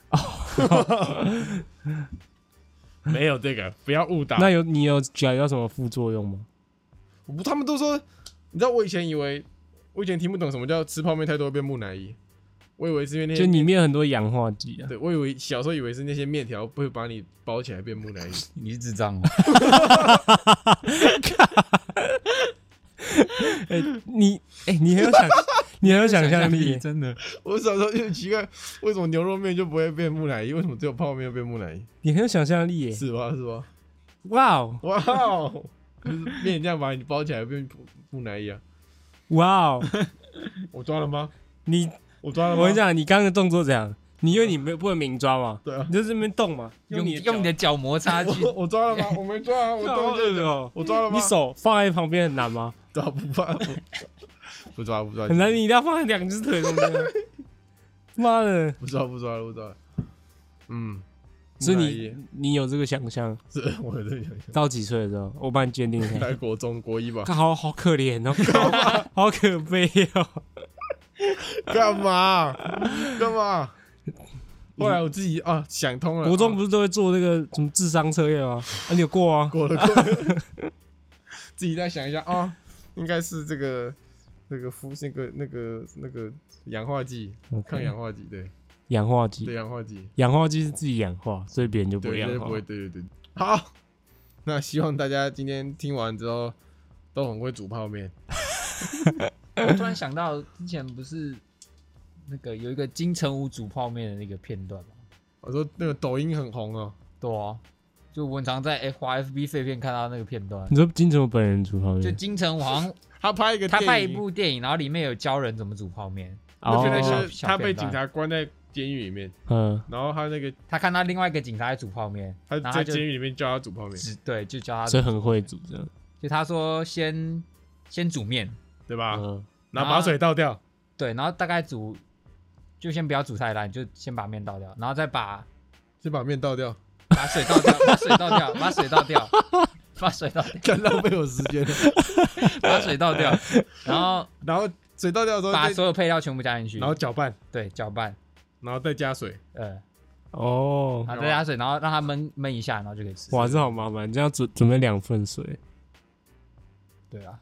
Speaker 3: 哦
Speaker 2: 没有这个，不要误导
Speaker 3: 那有你有感觉到什么副作用吗？
Speaker 2: 我不，他们都说，你知道我以前以为，我以前听不懂什么叫吃泡面太多会变木乃伊，我以为是因为那
Speaker 3: 就
Speaker 2: 些，
Speaker 3: 里面很多氧化剂啊，
Speaker 2: 对我以为小时候以为是那些面条会把你包起来变木乃伊，
Speaker 4: 你是智障哦！
Speaker 3: 你哎、你很有想，你很有想象力耶，
Speaker 4: 真的，
Speaker 2: 我小时候就奇怪，为什么牛肉面就不会变木乃伊，为什么只有泡面会变木 乃伊？
Speaker 3: 你很有想象力耶，
Speaker 2: 是吧？是吧？
Speaker 3: 哇哦
Speaker 2: 哇哦，就是面这样把你包起来变木木乃伊啊！
Speaker 3: 哇哦，
Speaker 2: 我抓了吗？
Speaker 3: 你
Speaker 2: 我抓了吗？
Speaker 3: 我跟你讲，你刚刚的动作怎样？你因为你没有不能明抓嘛，
Speaker 2: 对啊
Speaker 3: 你就这边动嘛，
Speaker 4: 用你
Speaker 3: 你
Speaker 4: 用你的脚摩擦 去，
Speaker 2: 我我抓了吗？我没 抓啊，我
Speaker 3: 脚
Speaker 2: 动这个，
Speaker 3: 哦，
Speaker 2: 我抓了吗？
Speaker 3: 你手放在旁边很难吗？
Speaker 2: 抓不抓？不 不抓不抓，
Speaker 3: 很难，你一定要放在两只腿中间。啊 妈的！
Speaker 2: 不抓不抓了不抓了。嗯，
Speaker 3: 所以
Speaker 2: 木乃伊
Speaker 3: 你你有这个想象，
Speaker 2: 是我有这想象，
Speaker 3: 到几岁的时候，我帮你鉴定一 下。
Speaker 2: 在国中国一吧？
Speaker 3: 看好好可怜哦， 好可悲哦。
Speaker 2: 干嘛？干嘛？ 后来我自己啊想通了，
Speaker 3: 国中
Speaker 2: 啊
Speaker 3: 不是都会做那个什么智商测验吗？啊，你有过啊？
Speaker 2: 过了过了， 自己再想一下啊，应该是这个那个氟那个那个那个氧化剂，抗氧化剂，对
Speaker 3: 氧化剂
Speaker 2: 对，氧化剂，
Speaker 3: 氧化剂是自己氧化，所以别人就不
Speaker 2: 对
Speaker 3: 会氧
Speaker 2: 对
Speaker 3: 化
Speaker 2: 不。会，对对对。好，那希望大家今天听完之后都很会煮泡面。
Speaker 4: 我突然想到之前不是那个有一个金城武煮泡面的那个片段嘛？
Speaker 2: 我说那个抖音很红哦，
Speaker 4: 对啊，就我很常在哎华 FB 碎片看到那个片段，
Speaker 3: 你说金城武本人煮泡
Speaker 4: 就
Speaker 3: 面，
Speaker 4: 金城武好像
Speaker 2: 他拍一个
Speaker 4: 他
Speaker 2: 电
Speaker 4: 拍一
Speaker 2: 影
Speaker 4: 部电影，然后里面有教人怎么煮泡面，
Speaker 2: 那
Speaker 4: 边
Speaker 2: 片
Speaker 4: 的
Speaker 3: 哦
Speaker 2: 段
Speaker 4: 小
Speaker 2: 是
Speaker 4: 小
Speaker 2: 他被
Speaker 4: 片段
Speaker 2: 警察关在监狱里面，
Speaker 3: 嗯，
Speaker 2: 然后他那个
Speaker 4: 他看到另外一个警察在煮泡面，
Speaker 2: 他
Speaker 4: 然后他
Speaker 2: 在
Speaker 4: 就嗯
Speaker 2: 监狱里面教他煮泡面，
Speaker 4: 指对就教他
Speaker 3: 所以很会煮这样。
Speaker 4: 就他说先先煮面，
Speaker 2: 对吧？
Speaker 3: 嗯，
Speaker 2: 然后把水倒掉，
Speaker 4: 对，然后大概煮就先不要煮太烂，就先把面倒掉，然后再把
Speaker 2: 先把面倒掉，
Speaker 4: 把水倒掉，把水倒掉，把水倒掉，把水倒掉，
Speaker 2: 干浪费我时间。
Speaker 4: 把水倒掉，然后
Speaker 2: 然后水倒掉之后
Speaker 4: 把
Speaker 2: 再，
Speaker 4: 所有配料全部加进去，
Speaker 2: 然后搅拌，
Speaker 4: 对搅拌，
Speaker 2: 然后再加水。
Speaker 4: 呃，
Speaker 3: 哦，
Speaker 2: 啊
Speaker 4: 然后再加水，然后让它焖焖一下，然后就可以吃。
Speaker 3: 哇，这好麻烦，这样准准备两份水，
Speaker 4: 对啊，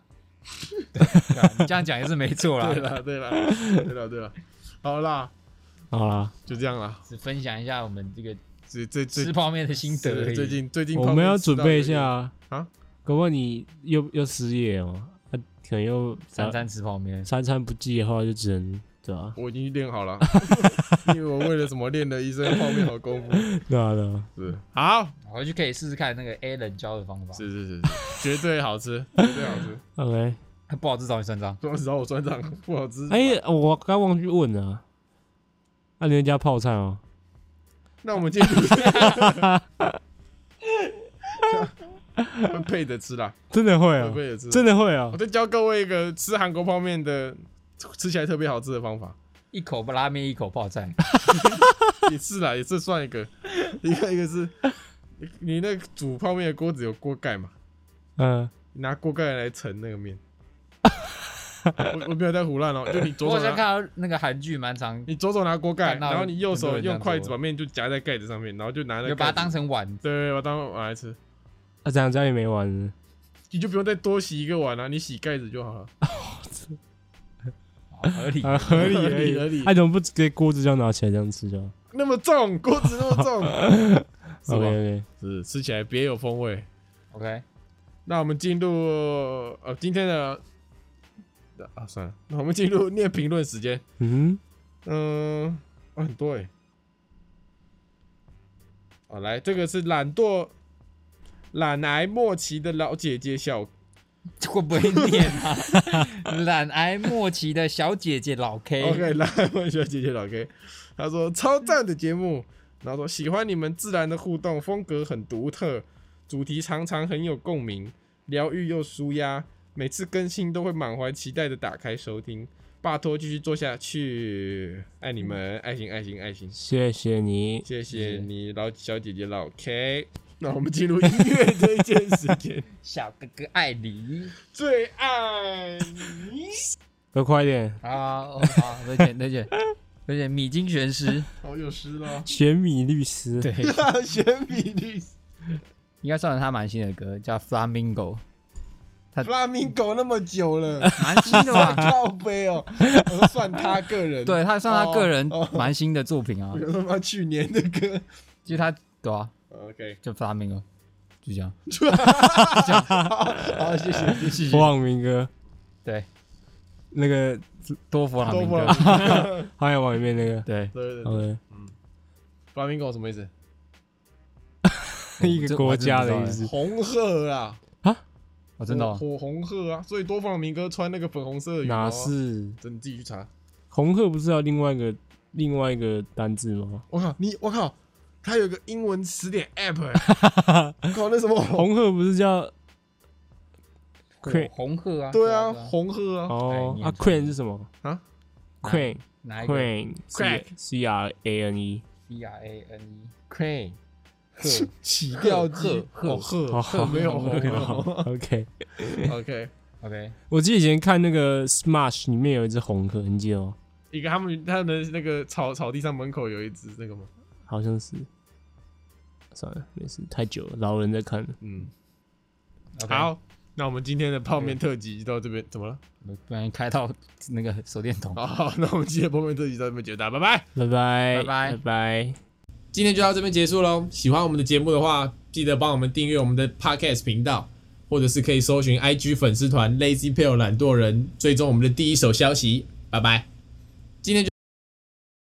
Speaker 4: 对啊，你这样讲也是没错
Speaker 2: 对
Speaker 4: 啦，
Speaker 2: 了，对了，对了，对了，好啦，
Speaker 3: 好啦，
Speaker 2: 就这样啦。
Speaker 4: 只分享一下我们这个
Speaker 2: 这这这
Speaker 4: 吃泡面的心得而已。
Speaker 2: 最近最近
Speaker 3: 我
Speaker 2: 泡
Speaker 3: 们
Speaker 2: 面
Speaker 3: 要
Speaker 2: 吃
Speaker 3: 准
Speaker 2: 到
Speaker 3: 备
Speaker 2: 有
Speaker 3: 一下
Speaker 2: 点，
Speaker 3: 啊，
Speaker 2: 啊
Speaker 3: 搞不好你又又失业哦，啊，可能又啊
Speaker 4: 三餐吃泡面，
Speaker 3: 三餐不继的话，就只能对啊，
Speaker 2: 我已经练好了，因为我为了什么练了一身泡面好功夫。
Speaker 3: 对啊，对啊，
Speaker 2: 是，好，
Speaker 4: 回去可以试试看那个 A 人教的方法。
Speaker 2: 是是是，是绝对好吃，绝对好吃。
Speaker 3: ，OK。
Speaker 4: 不好吃找你算账。
Speaker 2: 不要找我算账，不好吃。
Speaker 3: 哎、我刚忘记问了，那、你人家泡菜哦，
Speaker 2: 那我们 今天会配着吃啦，
Speaker 3: 真的会
Speaker 2: 会
Speaker 3: 哦，
Speaker 2: 配着吃。
Speaker 3: 真的会
Speaker 2: 我
Speaker 3: 哦，
Speaker 2: 再教各位一个吃韩国泡面的吃起来特别好吃的方法，
Speaker 4: 一口拉面，一口泡 菜，
Speaker 2: 也是啦，也 是算一个。一个一个是，你那煮泡面的锅子有锅盖嘛？
Speaker 3: 嗯，
Speaker 2: 你拿锅盖来盛那个面。我我没有在胡乱哦，就你左
Speaker 4: 我好
Speaker 2: 手
Speaker 4: 像
Speaker 2: 拿，
Speaker 4: 看到那个韩剧蛮 长，
Speaker 2: 你左手拿锅盖，
Speaker 4: 看到
Speaker 2: 然后你右
Speaker 4: 很
Speaker 2: 手
Speaker 4: 多人这
Speaker 2: 用
Speaker 4: 样
Speaker 2: 筷子
Speaker 4: 做
Speaker 2: 把面就夹在盖子上面，然后就拿那
Speaker 4: 有
Speaker 2: 个
Speaker 4: 把它
Speaker 2: 盖子
Speaker 4: 当成碗，
Speaker 2: 对，我当碗来吃，
Speaker 3: 那、啊这样家里没玩了，
Speaker 2: 你就不用再多洗一个碗了、啊你洗盖子就好了。
Speaker 4: 好哦合理。
Speaker 3: 啊，合理
Speaker 2: 合理
Speaker 3: 而已
Speaker 2: 合理
Speaker 3: 那、怎么不直接锅子这样拿起来这样吃就好
Speaker 2: 那么重，锅子那么重，是
Speaker 3: ？OK
Speaker 2: 吧？
Speaker 3: OK，
Speaker 2: 是吃起来别有风味。
Speaker 4: OK，
Speaker 2: 那我们进入呃今天的啊算了，那我们进入念评论时间。
Speaker 3: 嗯
Speaker 2: 嗯、啊很多哎。好，来，这个是懒惰懒癌末期的老姐姐小
Speaker 4: 会不会念啊？ 懒癌末期的小姐姐老 K，
Speaker 2: OK，来， 问小姐姐老 K，她说超赞的节目，然后说喜欢你们自然的互动，风格很独特，主题常常很有共鸣，疗愈又舒压，每次更新都会满怀期待的打开收听，拜托继续做下去，爱你们，爱心爱心爱心，
Speaker 3: 谢谢你，
Speaker 2: 谢谢你老小姐姐老 K，那我们进入音乐推荐时间，
Speaker 4: 小哥哥爱你
Speaker 2: 最爱你，
Speaker 3: 都快点，
Speaker 4: 啊！哦好，推荐推荐推荐米津玄师，
Speaker 2: 好有诗了，
Speaker 3: 玄米律师，
Speaker 4: 对，
Speaker 2: 选比例。
Speaker 4: 应该算是他蛮新的歌，叫 Flamingo，
Speaker 2: 拉明狗那么久了，
Speaker 4: 蛮新 的
Speaker 2: 算
Speaker 4: 吧？
Speaker 2: 靠背哦，我说算他个人，
Speaker 4: 对，他算他个人
Speaker 2: 哦哦
Speaker 4: 蛮新的作品啊
Speaker 2: 我，说他妈去年的歌
Speaker 4: 就他对啊，
Speaker 2: ，OK，
Speaker 4: 就 Flamingo，就这样。
Speaker 2: 好，谢谢，谢谢，
Speaker 3: 王明哥，
Speaker 4: 对，
Speaker 3: 那个
Speaker 4: 多佛朗
Speaker 2: 多
Speaker 4: 明
Speaker 2: 不
Speaker 4: 哥
Speaker 2: 了，，
Speaker 3: 花样网里面那个
Speaker 4: 对，
Speaker 2: 对对对，
Speaker 3: ，OK，
Speaker 2: 拉明狗什么意思？
Speaker 3: 一个国家的意思，
Speaker 2: 红鹤啊，
Speaker 4: 我真的哦
Speaker 2: 火红鹤啊，所以多放明哥穿那个粉红色的羽毛
Speaker 3: 哪
Speaker 2: 啊，
Speaker 3: 是
Speaker 2: 真你自己去查。
Speaker 3: 红鹤不是要另外一个另外一个单字吗？
Speaker 2: 我靠，你我靠，他有个英文词典 App，欸我靠，那什么红，
Speaker 3: 红鹤不是叫
Speaker 4: 火
Speaker 3: Queen
Speaker 4: 红鹤啊，
Speaker 2: 对啊，
Speaker 4: 对
Speaker 2: 红鹤啊
Speaker 3: 哦
Speaker 4: 哎，
Speaker 3: 啊
Speaker 4: 念错
Speaker 3: ，Queen 是什么
Speaker 2: 啊
Speaker 3: ？Queen
Speaker 4: 哪一个
Speaker 3: Queen
Speaker 2: Crack
Speaker 3: C R A N E，
Speaker 4: ？C R A N
Speaker 2: ，Crane，
Speaker 4: E，
Speaker 2: 起吊
Speaker 4: 鹤
Speaker 2: 机，
Speaker 4: 鹤
Speaker 2: 哦鹤，
Speaker 3: 好
Speaker 2: 鹤没有
Speaker 3: 好
Speaker 2: 红
Speaker 3: 好
Speaker 2: 哦
Speaker 3: OK，
Speaker 2: ，OK。
Speaker 4: ，OK，
Speaker 3: 我记得以前看那个 Smash 里面有一只红鹤，你记得吗？
Speaker 2: 一个他们他们的那个草草地上门口有一只那个吗？
Speaker 3: 好像是，算了，没事，太久了，老人在看了。
Speaker 2: 嗯，好，那我们今天的泡面特辑就到这边，怎么了？
Speaker 4: 我不然开到那个手电筒。
Speaker 2: 好，那我们今天的泡面特辑到这边结束，大家拜拜。
Speaker 3: 拜拜
Speaker 4: 拜拜
Speaker 3: 拜拜。
Speaker 2: 今天就到这边结束喽。喜欢我们的节目的话，记得帮我们订阅我们的 Podcast 频道，或者是可以搜寻 IG 粉丝团 Lazy p a l e 懒惰人，追踪我们的第一手消息。拜拜。今天就。